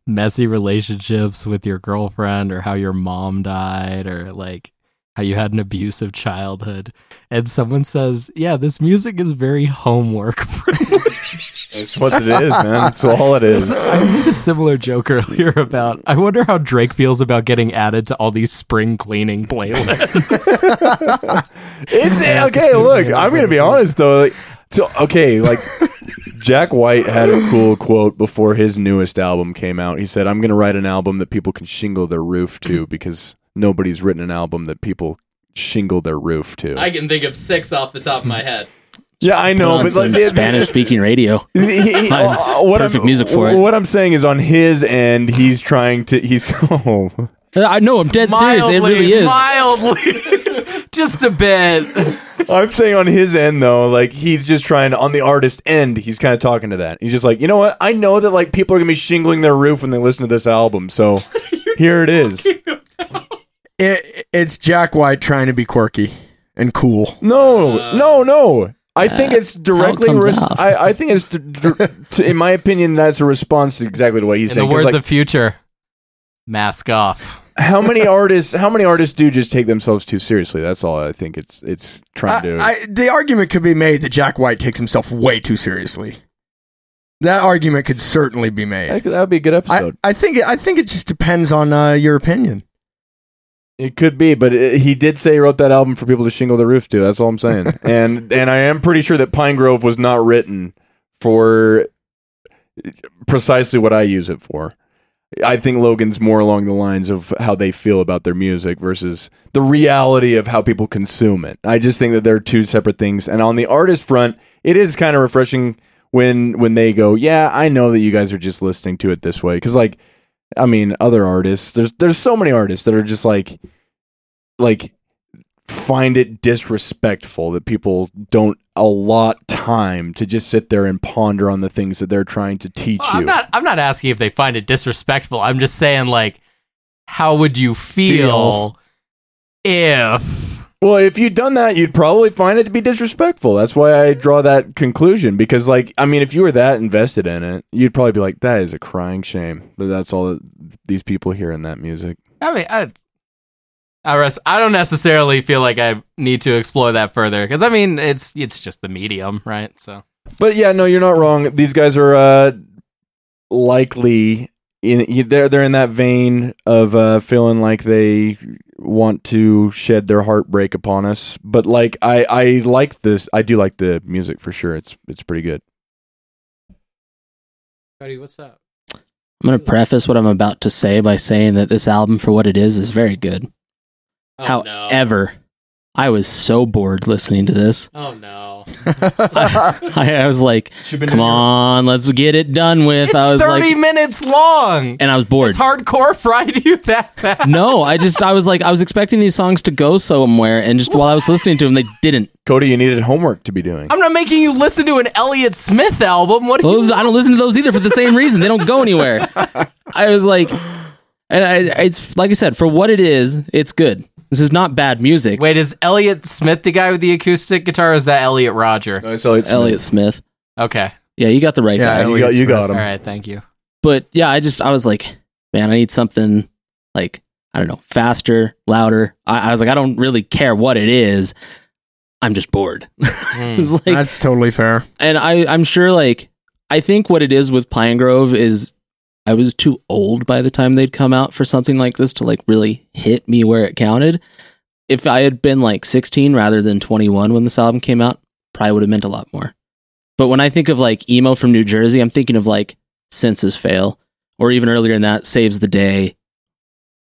messy relationships with your girlfriend or how your mom died or like how you had an abusive childhood and someone says, "Yeah, this music is very homework." friendly."
That's what it is, man. That's all it is.
I made a similar joke earlier about I wonder how Drake feels about getting added to all these spring cleaning playlists.
It's okay. Look, I'm gonna be honest though. Like, so okay, like Jack White had a cool quote before his newest album came out. He said, "I'm gonna write an album that people can shingle their roof to because nobody's written an album that people shingle their roof to."
I can think of six off the top of my head.
yeah, I know,
on
but
some
like it-
Spanish speaking radio.
he- he-
Mine's
what
perfect
I'm,
music for it.
What I'm saying is, on his end, he's trying to. He's oh,
I know. I'm dead serious. It really is.
mildly, just a bit.
I'm saying on his end though, like he's just trying to, on the artist end, he's kind of talking to that. He's just like, you know what? I know that like people are gonna be shingling their roof when they listen to this album, so here it is.
It, it's Jack White trying to be quirky and cool.
No, no, no. I think it's directly.
comes
res-
off.
I, I think it's, d- d- to, in my opinion, that's a response to exactly to what he's
In
saying.
the
'Cause,
words
like,
of Future, mask off.
how many artists? How many artists do just take themselves too seriously? That's all I think. It's it's
I,
trying to.
I, the argument could be made that Jack White takes himself way too seriously. That argument could certainly be
I
made.
think that would be a good
I,
episode.
I think I think it just depends on uh, your opinion.
it could be, but it, he did say he wrote that album for people to shingle their roof to. That's all I'm saying. and and I am pretty sure that Pine Grove was not written for precisely what I use it for. I think Logan's more along the lines of how they feel about their music versus the reality of how people consume it. I just think that they're two separate things. And on the artist front, it is kind of refreshing when when they go, "Yeah, I know that you guys are just listening to it this way." Cuz like I mean, other artists, there's there's so many artists that are just like like find it disrespectful that people don't allot time to just sit there and ponder on the things that they're trying to teach
Well,
you.
I'm not. I'm not asking if they find it disrespectful. I'm just saying, like, how would you feel, if?
Well, if you'd done that, you'd probably find it to be disrespectful. That's why I draw that conclusion because, like, I mean, if you were that invested in it, you'd probably be like, "That is a crying shame that that's all that these people hear in that music."
I mean, I. I, rest, I don't necessarily feel like I need to explore that further because I mean it's it's just the medium, right? So
But yeah, no, you're not wrong. These guys are uh, likely in they're they're in that vein of uh, feeling like they want to shed their heartbreak upon us. But like, I I like this. I do like the music for sure. It's it's pretty good.
Cody, what's up?
I'm going to preface what I'm about to say by saying that this album, for what it is, is very good.
Oh,
However, I was so bored listening to this.
oh no,
I, I was like, come on, let's get it done with.
it's
I was
thirty
like,
minutes long.
and I was bored.
It's hardcore fried you that bad.
no, I just, I was like, I was expecting these songs to go somewhere, and just while I was listening to them, they didn't.
Cody, you needed homework to be doing.
I'm not making you listen to an Elliott Smith album. What? Are you,
Those, I don't listen to those either for the same reason. They don't go anywhere. I was like, and I, it's like I said, for what it is, it's good. This is not bad music.
Wait, is Elliott Smith the guy with the acoustic guitar? Or is that Elliott Roger?
No, it's Elliot Smith.
Elliot Smith.
Um,
Okay.
Yeah, you got the right guy.
Yeah,
You got, you got
All
him.
right. Thank you.
but yeah, I just I was like, man, I need something like I don't know, faster, louder. I, I was like, I don't really care what it is. I'm just bored.
Hmm.
it's like,
totally fair.
and I I'm sure like I think what it is with Pine Grove is I was too old by the time they'd come out for something like this to like really hit me where it counted. If I had been like 16 rather than 21 when this album came out, probably would have meant a lot more. But when I think of like emo from New Jersey, I'm thinking of like Senses Fail or even earlier than that, Saves the Day.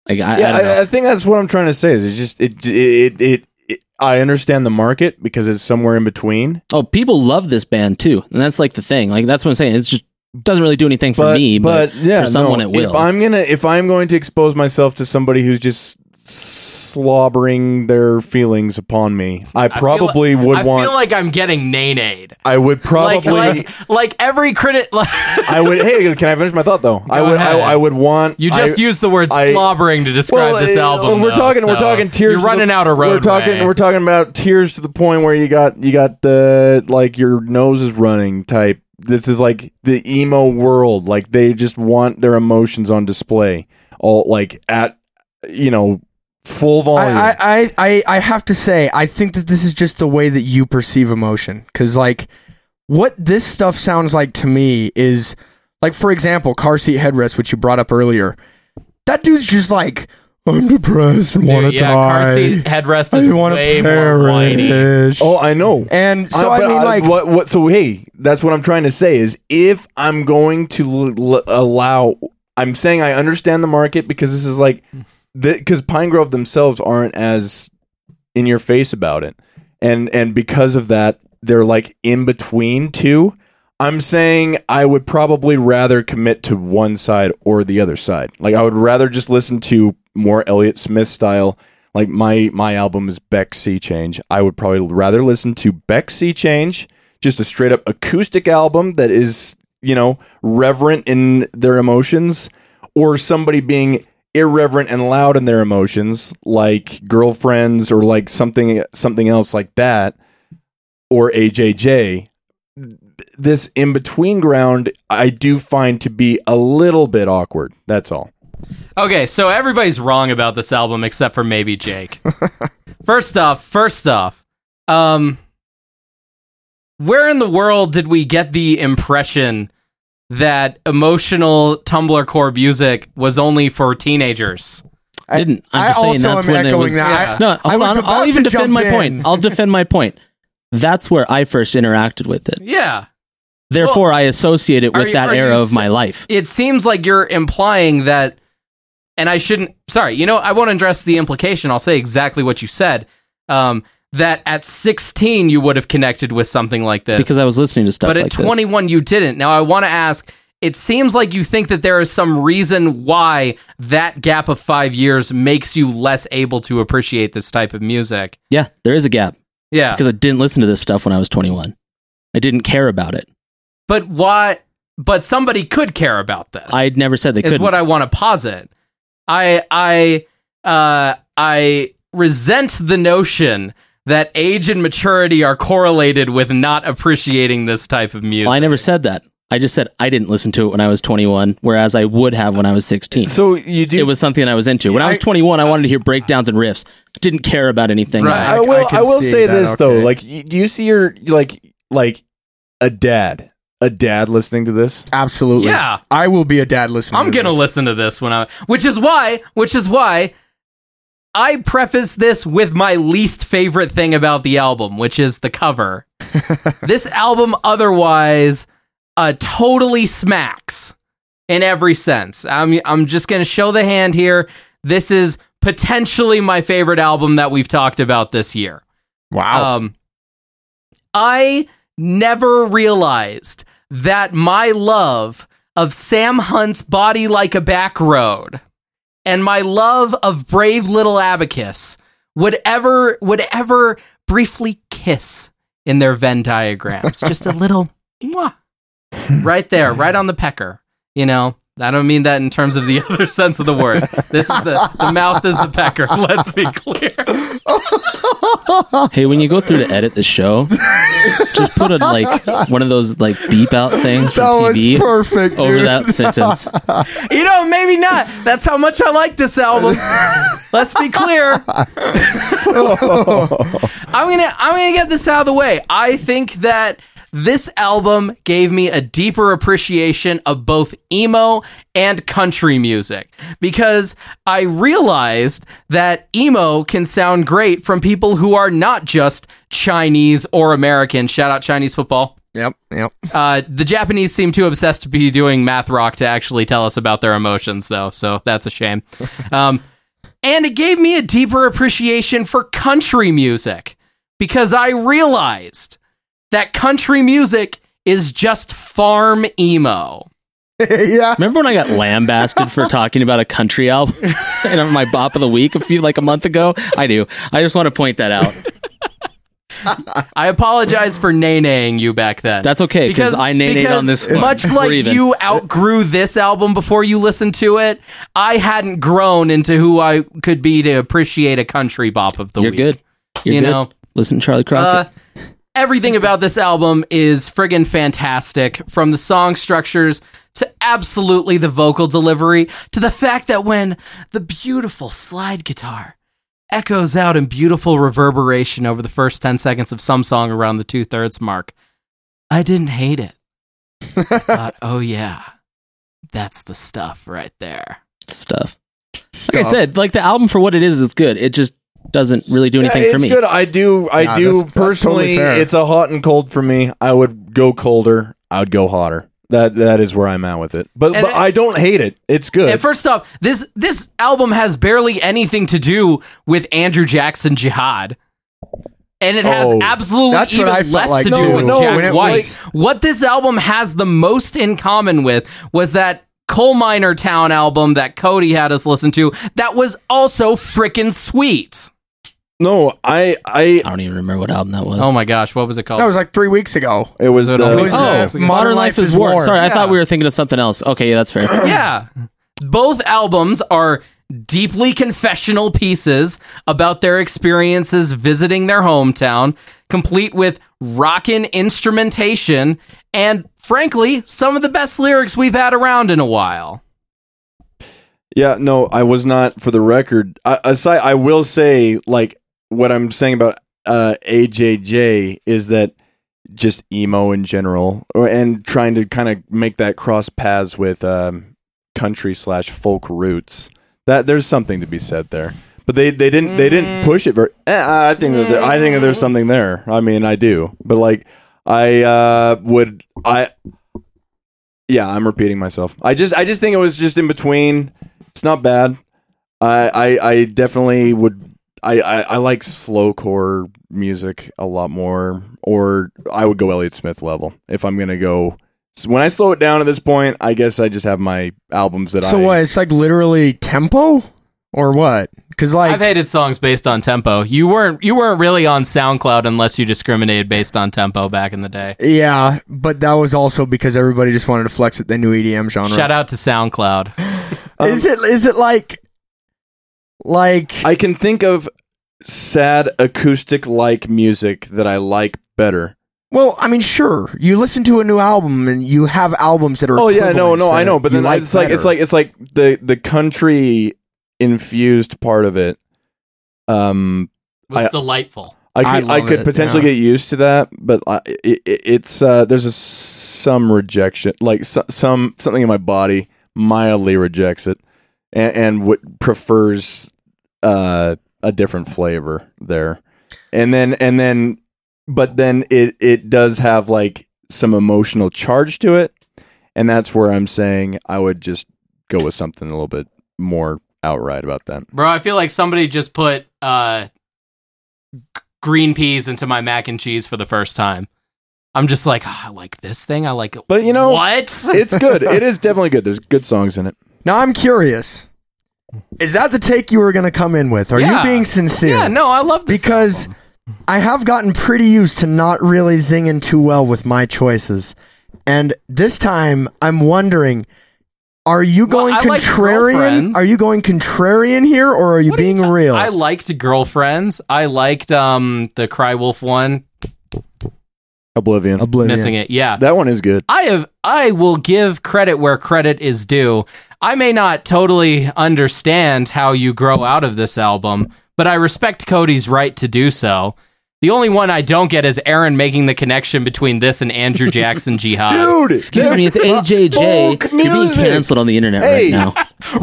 Like I, I
yeah,
don't know.
I, I think that's what I'm trying to say. Is it's just it it, it it I understand the market because it's somewhere in between.
oh, people love this band too, and that's like the thing. Like that's what I'm saying. It's just doesn't really do anything for
but,
me, but,
yeah,
for someone
no,
it will.
If I'm gonna if I'm going to expose myself to somebody who's just slobbering their feelings upon me, I
I feel
probably
like-
would
I
want.
feel like I'm getting nanade.
I would probably.
Like, like, like every critic. Like,
I would. Hey, can I finish my thought though? I would. I,
ahead.
I would want.
you just
I,
used the word
I-
slobbering to describe this
uh,
album.
We're
though,
talking, we're
so
talking tears. to
You're
the-
running out of road.
We're talking, we're talking about tears to the point where you got, you got the like your nose is running type. This is like the emo world. Like they just want their emotions on display, all like at you know full volume.
I, I, I, I have to say, I think that this is just the way that you perceive emotion. Because, like, what this stuff sounds like to me is, like, for example, car seat headrest, which you brought up earlier. That dude's just like, I'm depressed and want to
yeah, car
die.
seat headrest is
I want to
way more whiny.
perish.
oh, I know.
and so, I,
but uh,
mean, like,
what, what? So, hey, that's what I'm trying to say is if I'm going to l- l- allow, I'm saying I understand the market because this is like, because Pine Grove themselves aren't as in your face about it, and and because of that, they're like in between two. I'm saying I would probably rather commit to one side or the other side. Like I would rather just listen to more Elliott Smith style. Like my my album is Beck Sea Change. I would probably rather listen to Beck Sea Change, just a straight up acoustic album that is, you know, reverent in their emotions or somebody being irreverent and loud in their emotions like girlfriends or like something something else like that or AJJ this in between ground I do find to be a little bit awkward. That's all.
Okay, so everybody's wrong about this album except for maybe Jake. first off, first off, um where in the world did we get the impression that emotional Tumblr core music was only for teenagers?
I-
didn't. I'm
I
just saying
also
that's
am
when it
echoing
was.
that.
Yeah.
No,
I
hold
was
on. I'll
about
even
to
defend
jump
my
in.
point. I'll defend my point. That's where I first interacted with it.
Yeah.
Therefore, I associate it
are
with
you-
that
are you
era of
s-
my life.
It seems like you're implying that and I shouldn't sorry, you know, I won't address the implication. I'll say exactly what you said. Um that at 16 you would have connected with something like this.
because I was listening to stuff
but
like
at
this.
21 you didn't now i want to ask it seems like you think that there is some reason why that gap of five years makes you less able to appreciate this type of music
yeah, there is a gap
yeah
because I didn't listen to this stuff when I was 21. I didn't care about it.
but why but somebody could care about this
I never said they
is
couldn't.
what i want to posit i i uh i resent the notion that age and maturity are correlated with not appreciating this type of music
well, I never said that. I just said I didn't listen to it when I was 21, whereas I would have when I was 16.
So you do.
it was something I was into. When I, was
I-
21, I wanted to hear breakdowns and riffs. Didn't care about anything
Right.
I
else.
I
will.
can
I, will
see
say
that,
this though.
okay.
Like, y- do you see your like like a dad, a dad listening to this?
Absolutely.
Yeah.
I will be a dad listener.
I'm gonna
this.
listen to this when I, which is why, which is why, I preface this with my least favorite thing about the album, which is the cover. this album, otherwise, uh, totally smacks in every sense. I'm I'm just gonna show the hand here. This is potentially my favorite album that we've talked about this year.
Uh,
Wow.
Um, I never realized that my love of Sam Hunt's Body Like a Back Road and my love of Brave Little Abacus would ever would ever briefly kiss in their Venn diagrams. Just a little mwah, right there, right on the pecker. You know, I don't mean that in terms of the other sense of the word. This is the, the mouth is the pecker. Let's be clear.
Hey, when you go through to edit the show, just put a like one of those like beep out things from
that
TV
was perfect.
over
dude.
that sentence.
You know, maybe not. That's how much I like this album. Let's be clear. I'm gonna I'm gonna get this out of the way. I think that this album gave me a deeper appreciation of both emo and country music because I realized that emo can sound great from people who are not just Chinese or American. Shout out Chinese football.
Yep. Yep.
Uh, the Japanese seem too obsessed to be doing math rock to actually tell us about their emotions, though, so that's a shame. Um, and it gave me a deeper appreciation for country music because I realized that country music is just farm emo.
yeah.
Remember when I got lambasted for talking about a country album and my bop of the week a few like a month ago? I do. I just want to point that out.
I apologize for nay-naying you back then.
That's okay because I nay nayed
because
on this. one.
Much
We're
like
even.
you outgrew this album before you listened to it, I hadn't grown into who I could be to appreciate a country bop of the
you're
week.
good. You're
You
good.
know. Uh,
listen to Charlie Crockett.
everything about this album is friggin' fantastic from the song structures to absolutely the vocal delivery to the fact that when the beautiful slide guitar echoes out in beautiful reverberation over the first 10 seconds of some song around the two thirds mark, I didn't hate it. I thought, oh yeah, that's the stuff right there.
stuff. Like I said, like the album for what it is is good. It just doesn't really do anything
Yeah, it's
for me.
good. I do. I
Nah,
do
that's- that's
personally.
totally fair.
it's a hot and cold for me. I would go colder. I would go hotter. That that is where I'm at with it. But
And
but
it-
I don't hate it. It's good.
And first off, this this album has barely anything to do with Andrew Jackson Jihad. And it has
Oh,
absolutely
that's what
even
I felt
less
like
to do
too.
with
No,
Jack
when it
White.
was-
what this album has the most in common with was that Coal Miner Town album that Cody had us listen to that was also freaking sweet.
no, I I
I don't even remember what album that was.
Oh my gosh, what was it called?
That was like three weeks ago.
it was
So it
the,
only-
It was
Oh,
the Modern Life is War.
Sorry, I thought
Yeah.
we were thinking of something else. Okay, yeah, that's fair.
yeah. Both albums are deeply confessional pieces about their experiences visiting their hometown, complete with rockin' instrumentation and, frankly, some of the best lyrics we've had around in a while.
Yeah, no, I was not. For the record, I, aside, I will say like what I'm saying about uh, AJJ is that just emo in general, or, and trying to kind of make that cross paths with um, country slash folk roots. That there's something to be said there, but they, they didn't they didn't push it very. Eh, I think that there, I think that there's something there. I mean, I do, but like I uh, would I. Yeah, I'm repeating myself. I just I just think it was just in between. It's not bad. I I, I definitely would. I, I I like slowcore music a lot more, or I would go Elliott Smith level if I'm gonna go. s- When I slow it down at this point, I guess I just have my albums that
So
I.
what? It's like literally tempo or what? Because like
I've hated songs based on tempo. You weren't you weren't really on SoundCloud unless you discriminated based on tempo back in the day.
yeah, but that was also because everybody just wanted to flex that they knew EDM E genres.
Shout out to SoundCloud.
is it is it like like
I can think of sad acoustic like music that I like better.
well, I mean, sure. You listen to a new album and you have albums that are.
Oh yeah, no,
equivalents
no, I
that
know. But
you
then it's like it's
better.
like it's like the the country infused part of it. Um,
It was
I-
delightful.
I
I
could, I,
love
could
it,
potentially
yeah.
get used to that, but I, it, it- it's uh, there's a some rejection, like so, some something in my body mildly rejects it, and, and what prefers uh, a different flavor there, and then and then, but then it it does have like some emotional charge to it, and that's where I'm saying I would just go with something a little bit more outright about that.
Bro, I feel like somebody just put uh, g- green peas into my mac and cheese for the first time. I'm just like, "Ah, I like this thing. I like it.
But, you know,
what?
It's good. it is definitely good. There's good songs in it.
Now I'm curious. Is that the take you were going to come in with? Are
Yeah.
you being sincere?
Yeah, no, I love this.
because I have gotten pretty used to not really zinging too well with my choices. And this time I'm wondering are you
Well,
going
I like
contrarian?
girlfriends.
are you going contrarian here or are you
What are you
being
ta-
real?
I liked girlfriends. I liked um the Cry Wolf one.
Oblivion.
Oblivion.
Missing it, yeah.
That one is good.
I have I will give credit where credit is due. I may not totally understand how you grow out of this album, but I respect Cody's right to do so. The only one I don't get is Aaron making the connection between this and Andrew Jackson Jihad.
Dude,
Uh, Excuse me, it's AJJ.
Folk
You're being
music.
canceled on the internet
Hey.
right now.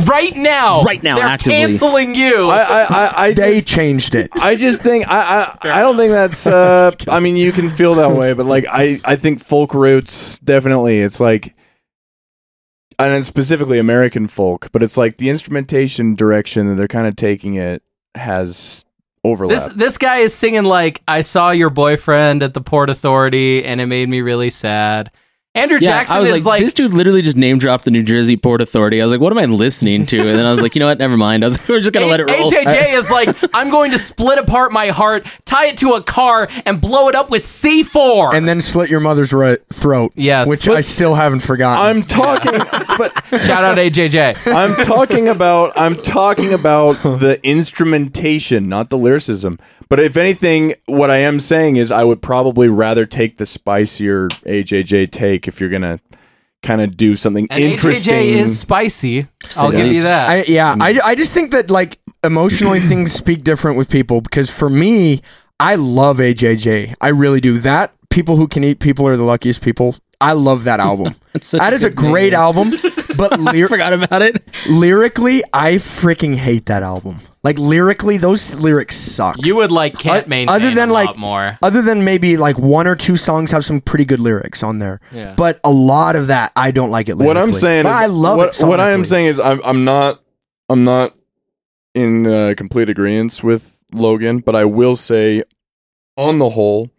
Right now,
Right now,
they're
actively.
canceling you.
I, I, I, I
They
just,
changed it.
I just think I, I, I don't think that's. Uh, I mean, you can feel that way, but like I, I think folk roots definitely. It's like, and it's specifically American folk, but it's like the instrumentation direction that they're kind of taking it has overlap.
this this guy is singing like I saw your boyfriend at the Port Authority and it made me really sad. Andrew Jackson
I was
is
like, this dude literally just name dropped the New Jersey Port Authority. I was like, what am I listening to? And then I was like, you know what? Never mind. I was like, we're just gonna let it roll.
AJJ is like, I'm going to split apart my heart, tie it to a car, and blow it up with C4.
and then slit your mother's ri- throat.
Yes.
Which
But-
I still haven't forgotten.
I'm talking, but
Shout out AJJ.
I'm talking about I'm talking about the instrumentation, not the lyricism. But if anything, what I am saying is I would probably rather take the spicier AJJ take if you're gonna kind of do something
And
interesting.
AJJ is spicy. I'll
the
give you
least.
that.
I, yeah,
mm.
I, I just think that like emotionally things speak different with people because for me, I love AJJ. I really do. That people who can eat people are the luckiest people. I love that album.
such
that
a
is a
good
great
name.
album, but
I
lyr-
forgot about it.
lyrically, I freaking hate that album. Like lyrically, those lyrics suck.
you would like
O-
can't maintain
other than
a
like
lot more.
other than maybe like one or two songs have some pretty good lyrics on there.
Yeah.
But a lot of that I don't like it. Lyrically.
what I'm saying
But
is,
I love
what,
it.
what I am
sonically.
saying is I'm I'm not I'm not in uh, complete agreement with Logan, but I will say on the whole,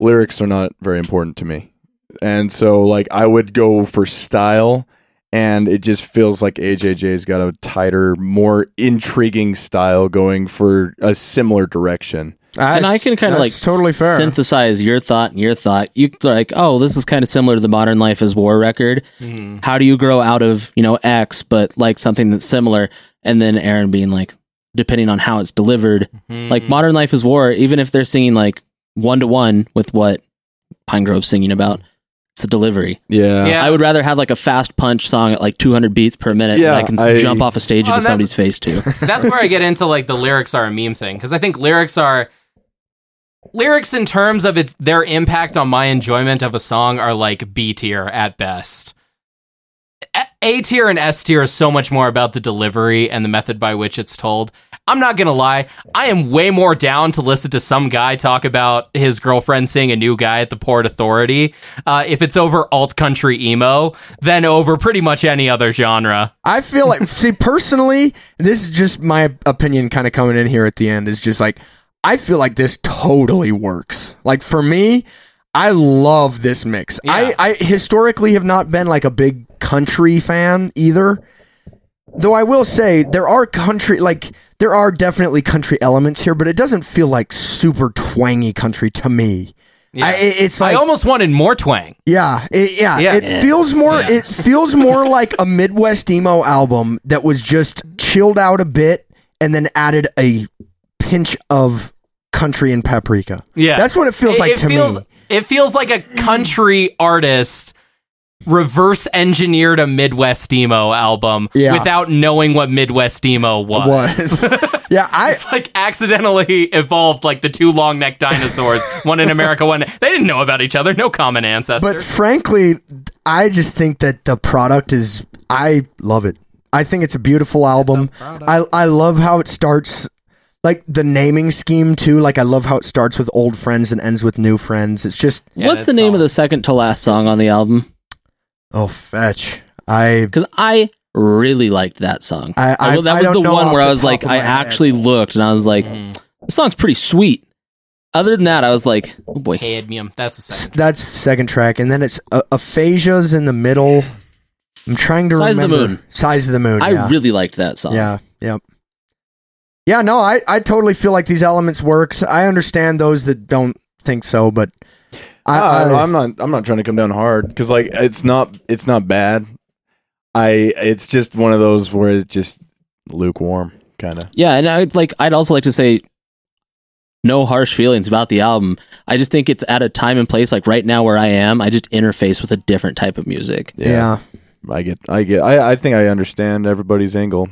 lyrics are not very important to me. And so like I would go for style and it just feels like AJJ's got a tighter, more intriguing style going for a similar direction.
That's-
And I can kinda,
that's
like,
totally fair.
Synthesize your thought and your thought. You it's like, oh, this is kind of similar to the Modern Life is War record.
Mm-hmm.
How do you grow out of you know X, but like something that's similar? And then Aaron being like, depending on how it's delivered, like
Mm-hmm.
Modern Life is War. Even if they're singing like one to one with what Pine Grove's singing about, It's the delivery.
Yeah.
Yeah.
I would rather have like a fast punch song at like 200 beats per minute
Yeah,
and I can
I-
jump off a stage
Oh,
into
that's-
somebody's face too.
That's where I get into like the lyrics are a meme thing because I think lyrics are lyrics in terms of its their impact on my enjoyment of a song are like B tier at best. A- A tier and S tier is so much more about the delivery and the method by which it's told. I'm not gonna lie, I am way more down to listen to some guy talk about his girlfriend seeing a new guy at the Port Authority uh, if it's over alt country emo than over pretty much any other genre.
I feel like, see, personally, this is just my opinion kind of coming in here at the end is just like, I feel like this totally works. Like, for me, I love this mix.
Yeah.
I, I historically have not been like a big country fan either. Though I will say, there are country, like, there are definitely country elements here, but it doesn't feel like super twangy country to me. I, it- it's
I
like
almost wanted more twang.
Yeah, it, yeah,
Yeah.
It feels more.
Yeah.
It feels more like a Midwest emo album that was just chilled out a bit and then added a pinch of country and paprika.
Yeah.
that's what it feels like to
feels,
me.
It feels like a country artist reverse engineered a Midwest emo album
Yeah.
without knowing what Midwest emo was.
Was yeah, I
It's like accidentally evolved like the two long necked dinosaurs, one in America, one. They didn't know about each other, no common ancestor.
but frankly, I just think that the product is. I love it. I think it's a beautiful album. I I love how it starts. Like the naming scheme too. Like I love how it starts with old friends and ends with new friends. It's just
What's the name of the second to last song on the album?
oh fetch. I
Because I really liked that song.
I- I-
that
I
was
don't
the
know
one
off
where
the
I was
top
like,
of
I
my head.
actually looked and I was like,
Mm.
this song's pretty sweet. Other than that, I was like, oh boy.
Cadmium. That's the
S-
second.
That's the second track, and then it's uh, aphasia's in the middle. I'm trying to
Size of the
remember
Moon.
size of the moon.
I
yeah.
really liked that song.
yeah, yep, yeah. No, I I totally feel like these elements works. I understand those that don't think so, but I,
I,
I,
am not. Oh, I'm not trying to come down hard because like it's not. It's not bad. I. It's just one of those where it's just lukewarm, kind of.
Yeah, and I'd like I'd also like to say no harsh feelings about the album. I just think it's at a time and place like right now where I am, I just interface with a different type of music.
yeah.
I get. I get. I. I think I understand everybody's angle.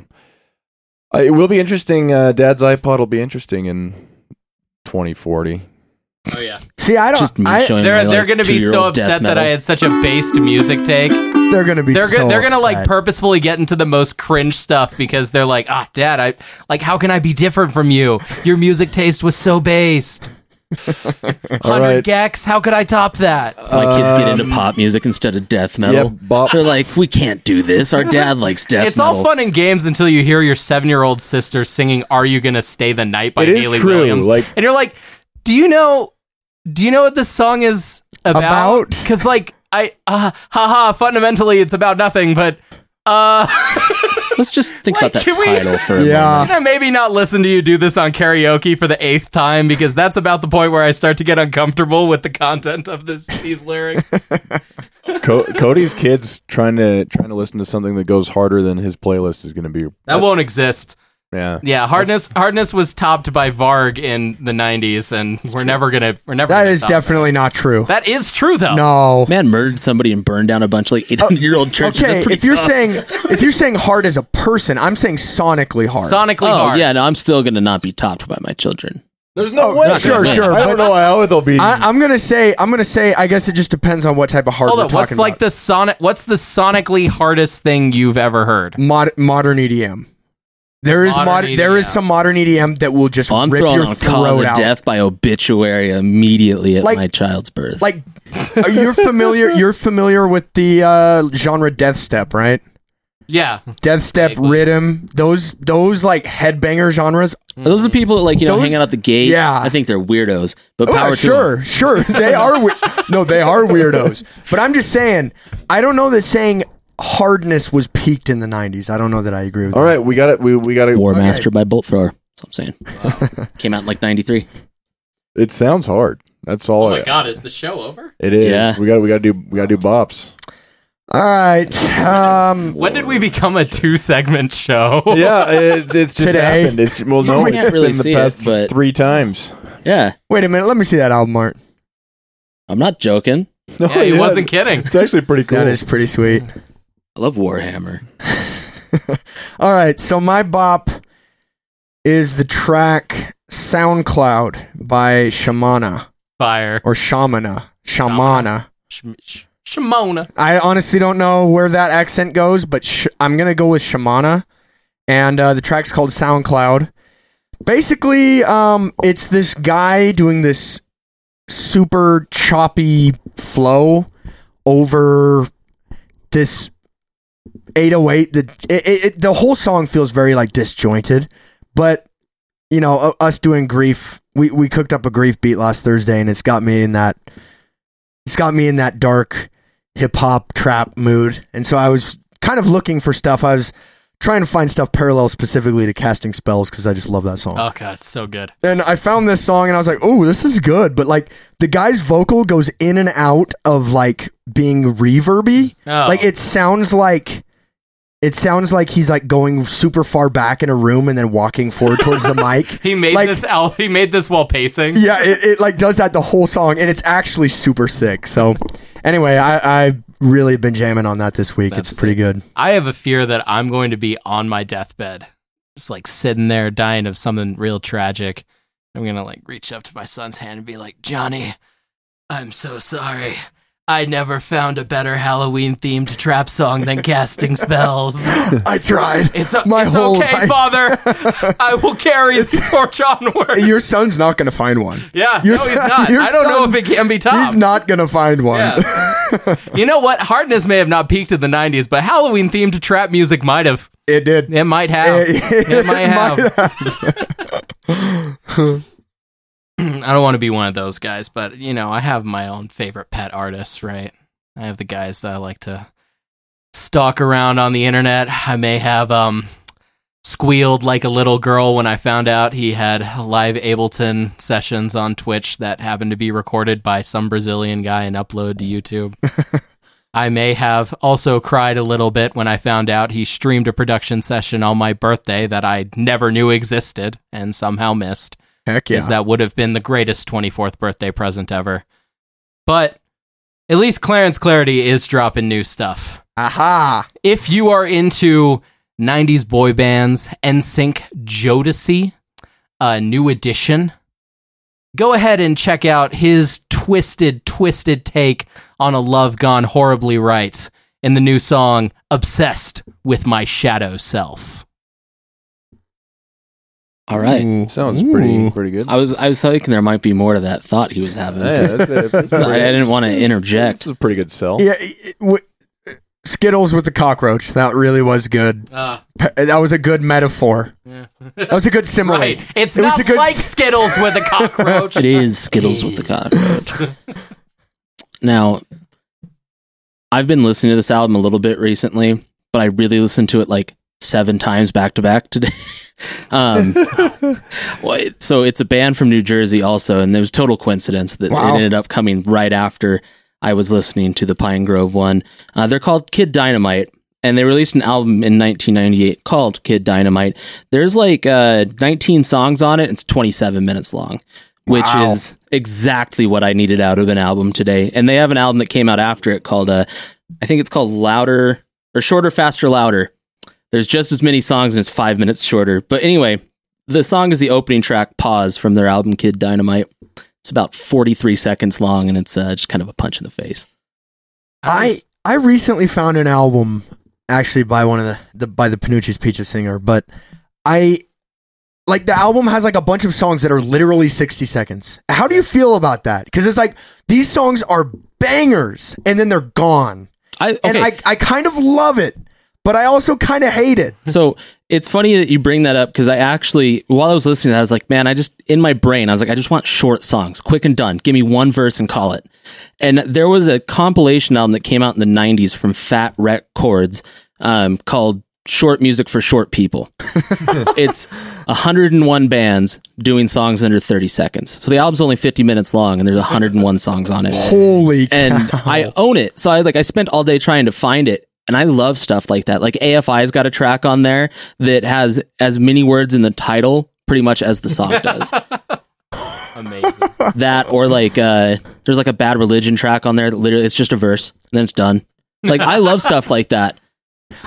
I, it will be interesting. Uh, Dad's iPod will be interesting in 2040.
Oh, yeah.
See, I don't.
Just me
I,
showing
They're,
my, like,
they're going to be so
two-year-old death
upset that
metal.
I had such a based music take.
they're gonna be.
They're
so
gonna, they're gonna like
upset.
purposefully get into the most cringe stuff because they're like, ah, Dad, I like, how can I be different from you? Your music taste was so based.
All
Hundred
right.
gex, how could I top that?
my kids get
Um,
into pop music instead of death metal.
yeah, bop.
They're like, we can't do this. Our dad likes death
it's
metal.
all fun and games until you hear your seven-year-old sister singing "Are You Gonna Stay the Night" by
It is
Haley
true,
Williams,
like-
and you're like, do you know, do you know what this song is about?
About?
Because like, I, uh, haha, fundamentally, it's about nothing, but. Uh,
Let's just think
Like,
about that
can we-
title for a
Yeah.
moment.
Can I maybe not listen to you do this on karaoke for the eighth time because that's about the point where I start to get uncomfortable with the content of this these lyrics.
Co- Cody's kids trying to trying to listen to something that goes harder than his playlist is going to be.
That won't exist.
Yeah.
Yeah, hardness hardness was topped by Varg in the '90s, and we're never gonna we're never.
That
gonna
is
top
definitely not true.
That is true though.
No.
Man murdered somebody and burned down a bunch of like 18 year old churches.
Oh, Okay,
That's pretty
if you're
tough.
saying if you're saying hard as a person, I'm saying sonically hard.
Sonically
Oh
hard.
yeah, no, I'm still gonna not be topped by my children.
There's no
Oh,
way.
sure, sure,
I don't
but-
know how they'll be.
I, I'm gonna say I'm gonna say I guess it just depends on what type of hard
Hold
we're
on.
talking
What's
about.
like the sonic? What's the sonically hardest thing you've ever heard?
Mod- modern EDM. There is
Modern E
mod- there is
EDM.
some modern EDM that will just
Oh, I'm
rip
throwing
your
on cause
throat
of
out.
death by obituary immediately at
Like-
my child's birth.
Like are you're familiar you're familiar with the uh, genre death step, right?
Yeah,
Death step,
Vaguely.
rhythm, those those like headbanger genres.
Those are the people that like you know
Those-
hanging out the gate.
yeah.
I think they're weirdos. But
Oh,
power
yeah,
to them.
sure, sure. They are we- no, they are weirdos. But I'm just saying, I don't know that saying hardness was peaked in the '90s. I don't know that I agree with.
All
that.
right, we got it. We we got it.
War Master by Bolt Thrower. That's what I'm saying. Came out in like '93.
It sounds hard. That's
Oh
all. I-
Oh god, is the show over?
It is.
Yeah.
We got. We got to do. We got to do bops.
All right. Um,
When did we become a two segment show?
yeah, it, it's just
Today.
happened. It's well, no,
You
it's
can't really
been the
see it,
past
but-
three times.
Yeah,
wait a minute. Let me see that album art.
I'm not joking.
No,
Yeah, he wasn't kidding.
It's actually pretty cool.
That is pretty sweet.
I love Warhammer.
All right, so my bop is the track SoundCloud by Shamana
Fire.
or Shamana. Shamana.
Shm- sh-
Shimona.
I honestly don't know where that accent goes, but sh- I'm going to go with Shamana. And uh, the track's called SoundCloud. Basically, um, it's this guy doing this super choppy flow over this 808. The, it, it, it- the whole song feels very like disjointed, but you know, u- us doing grief, we, we cooked up a grief beat last Thursday and it's got me in that, it's got me in that dark, hip hop trap mood. And so I was kind of looking for stuff. I was trying to find stuff parallel specifically to casting spells because I just love that song.
Oh god, it's so good.
And I found this song and I was like, oh, this is good. But like the guy's vocal goes in and out of like being reverby.
Oh.
Like it sounds like it sounds like he's like going super far back in a room and then walking forward towards the mic.
he made
like-
this al- he made this while pacing.
Yeah, it, it like does that the whole song, and it's actually super sick. So, anyway, I I really been jamming on that this week.
That's
it's pretty good.
I have a fear that I'm going to be on my deathbed, just like sitting there dying of something real tragic. I'm gonna like reach up to my son's hand and be like, Johnny, I'm so sorry. I never found a better Halloween themed trap song than casting spells.
I tried.
It's, o-
My
it's
whole
okay,
life.
Father. I will carry the torch onward.
Your son's not gonna find one.
yeah,
your
no, he's
son-
not.
your
I don't know
son-
if it can be topped.
He's not gonna find one.
Yeah. you know what? Hardness may have not peaked in the '90s, but Halloween themed trap music might have.
It did.
It might have.
It-
It, might
it
have.
might
I don't want to be one of those guys, but you know, I have my own favorite pet artists, right? I have the guys that I like to stalk around on the internet. I may have um squealed like a little girl when I found out he had live Ableton sessions on Twitch that happened to be recorded by some Brazilian guy and upload to YouTube. I may have also cried a little bit when I found out he streamed a production session on my birthday that I never knew existed and somehow missed
Heck yeah.
is that would have been the greatest 24th birthday present ever. But at least Clarence Clarity is dropping new stuff.
Aha.
If you are into 90s boy bands, NSYNC, Jodeci, uh, New Edition, go ahead and check out his twisted, twisted take on a love gone horribly right in the new song Obsessed with My Shadow Self.
All right.
Ooh.
Sounds pretty
Ooh.
pretty good.
I was I was thinking there might be more to that thought he was having.
Yeah, that's- that's- that's
I, I
pretty-
didn't want to
This
interject.
is a pretty good sell.
Yeah. it- it- w- Skittles with the cockroach. That really was good.
Uh,
Pe- That was a good metaphor. That was a good simile.
Right. It's
It was
not
a good
like
s-
Skittles with a cockroach.
It is Skittles with the cockroach. now, I've been listening to this album a little bit recently, but I really listened to it like seven times back to back today. um, well, it- so it's a band from New Jersey also, and there was total coincidence that
Wow.
it ended up coming right after I was listening to the Pine Grove one. Uh, they're called Kid Dynamite. And they released an album in 1998 called Kid Dynamite. There's like uh, 19 songs on it. It's 27 minutes long, which
Wow.
is exactly what I needed out of an album today. And they have an album that came out after it called, uh, I think it's called Louder or Shorter, Faster, Louder. There's just as many songs and it's five minutes shorter. But anyway, the song is the opening track, Pause, from their album Kid Dynamite. It's about 43 seconds long and it's uh, just kind of a punch in the face.
I I recently found an album actually by one of the, the by the Panucci's Pizza singer, but I like the album has like a bunch of songs that are literally 60 seconds. How do you feel about that? Cuz it's like these songs are bangers and then they're gone.
I, okay.
And I I kind of love it, but I also kind of hate it.
so it's funny that you bring that up because I actually, while I was listening to that, I was like, man, I just, in my brain, I was like, I just want short songs, quick and done. Give me one verse and call it. And there was a compilation album that came out in the 90s from Fat Records um, called Short Music for Short People. it's 101 bands doing songs under 30 seconds. So the album's only 50 minutes long and there's 101 songs on it.
Holy
and I own it. So I like I spent all day trying to find it. And I love stuff like that. Like AFI's got a track on there that has as many words in the title pretty much as the song does.
Amazing.
that or like uh there's like a bad religion track on there that literally it's just a verse and then it's done like i love stuff like that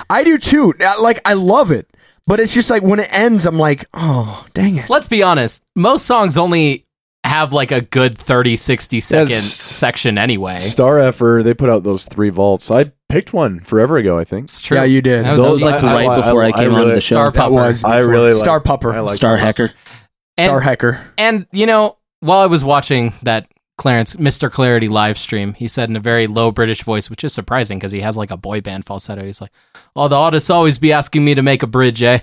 I do too. Now, Like I love it, but it's just like when it ends, I'm like, oh dang it.
Let's be honest. Most songs only have like a good 30, 60 second
That's-
section anyway.
Star Effer, they put out those three vaults. I picked one forever ago, I think.
It's true.
Yeah, you did.
That was,
that
Those-
was like
I-
right
I-
before i,
I
came onto
really-
the show
Star
That
Pupper.
was
I
before-
really like-
Star Pupper,
I like-
star hacker
Star
And-
Hecker.
And you know, while I was watching that Clarence Mr. Clarity live stream, he said in a very low British voice, which is surprising because he has like a boy band falsetto. He's like, "Oh, the artists always be asking me to make a bridge, eh?"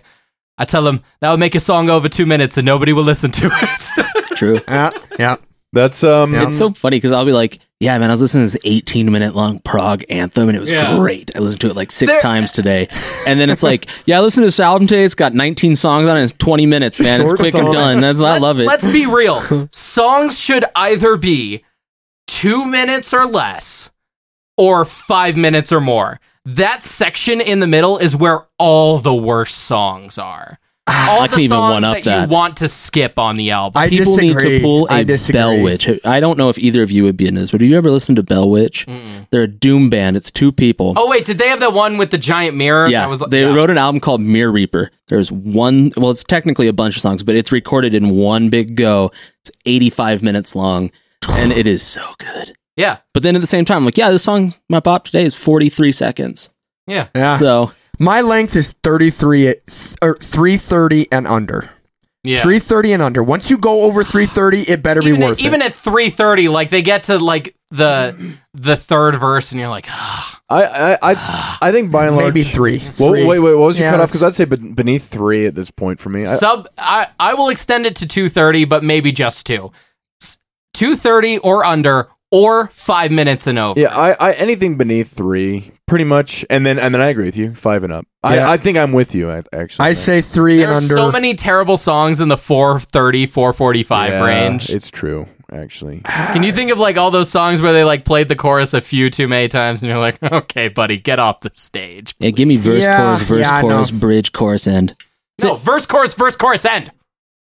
I tell him that would make a song over two minutes and nobody will listen to it.
it's true
Yeah, yeah.
That's um
it's so funny because i'll be like yeah man i was listening to this 18 minute long prog anthem and it was
Yeah.
great i listened to it like six times today and then it's like yeah i listened to this album today it's got 19 songs on it it's 20 minutes man it's
Short
quick and
songs.
done that's i love it
Let's be real. Songs should either be two minutes or less, or five minutes or more. That section in the middle is where all the worst songs are. All
Ah, I
the
can even
songs
one-up
that,
that.
you want to skip on the album.
I
people need
disagree.
to pull
I
a
disagree.
Bell Witch. I don't know if either of you would be in this, but have you ever listened to Bell Witch? They're a doom band. It's two people.
Oh wait, did they have the one with the giant mirror?
yeah,
That was-
they wrote an album called Mirror Reaper. There's one. Well, it's technically a bunch of songs, but it's recorded in one big go. It's 85 minutes long, and it is so good.
Yeah,
But then at the same time, like, yeah, this song my bop today is 43 seconds.
yeah.
Yeah.
So
My length is 33 at- or 330 and under.
Yeah.
330 and under. Once you go over 330, it better
even
be
at,
worth
even
it.
at three thirty, like they get to like the the third verse, and you're like, ah,
I I I, I think by and large
Maybe three.
Well,
Three.
wait, wait, what was your
Yeah,
cutoff?
that's-
Because I'd say ben- beneath three at this point for me.
Uh,
I,
sub. I I will extend it to two thirty, but maybe just two, two thirty or under, or five minutes and over.
yeah, I, I anything beneath three, pretty much, and then and then I agree with you, five and up.
Yeah.
I, I think I'm with you. I, actually,
I
man.
say three
There
and
are
under.
so many terrible songs in the 430, 445
Yeah,
range.
It's true, actually.
Can you think of like all those songs where they like played the chorus a few too many times and you're like, okay, buddy, get off the stage.
yeah, give me verse,
Yeah,
chorus, verse,
yeah, I
chorus,
know.
bridge, chorus, end.
No, verse, chorus, verse, chorus, end.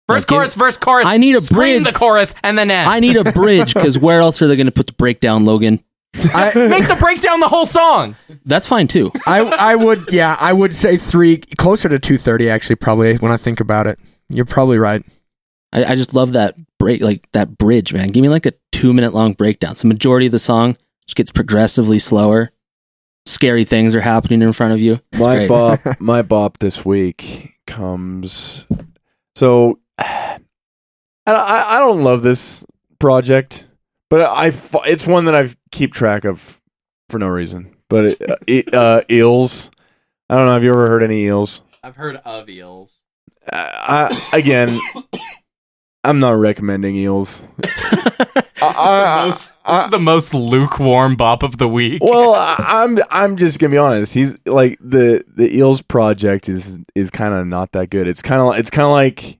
Verse,
Like,
chorus, verse, chorus.
I need a
scream
bridge.
the chorus and then end.
I need a bridge because where else are they going to put the breakdown, Logan?
I,
Make the breakdown the whole song.
That's fine too.
I, I would, yeah, I would say three, closer to 230, actually, probably, when I think about it. You're probably right.
I, I just love that break, like that bridge, man. Give me like a two minute long breakdown. So majority of the song just gets progressively slower. Scary things are happening in front of you. It's
my
great.
bop, my bop this week comes. So, and I, I don't love this project, but I fi- it's one that I keep track of for no reason. But it, it, uh, eels, I don't know. Have you ever heard any eels?
I've heard of eels.
I, I- again, I'm not recommending eels. I- I- I-
the most lukewarm bop of the week.
well, I, I'm I'm just gonna be honest. He's like the the eels project is is kind of not that good. It's kind of it's kind of like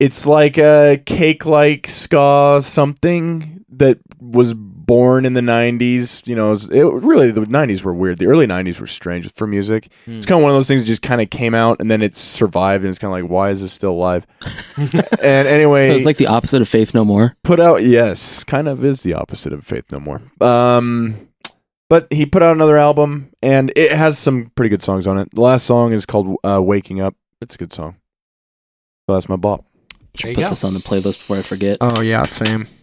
it's like a cake like ska something that was born in the 90s you know it, was- it really the 90s were weird the early 90s were strange for music it's kind of one of those things that just kind of came out and then it survived and it's kind of like why is this still alive and anyway
So it's like the opposite of Faith No More.
put out yes kind of is the opposite of faith no more um but he put out another album and it has some pretty good songs on it the last song is called uh, waking up it's a good song so that's my bop
Should
you
put
go.
this on the playlist before I forget.
Oh, yeah, same.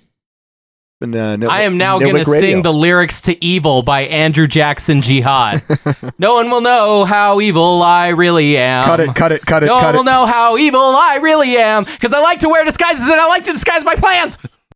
And, uh, Nitwick-
I am now going to
Nitwick Radio.
sing the lyrics to Evil by Andrew Jackson Jihad. no one will know how evil I really am.
Cut it, cut it, cut it,
Um, No
cut
one
it.
will know how evil I really am because I like to wear disguises and I like to disguise my plans.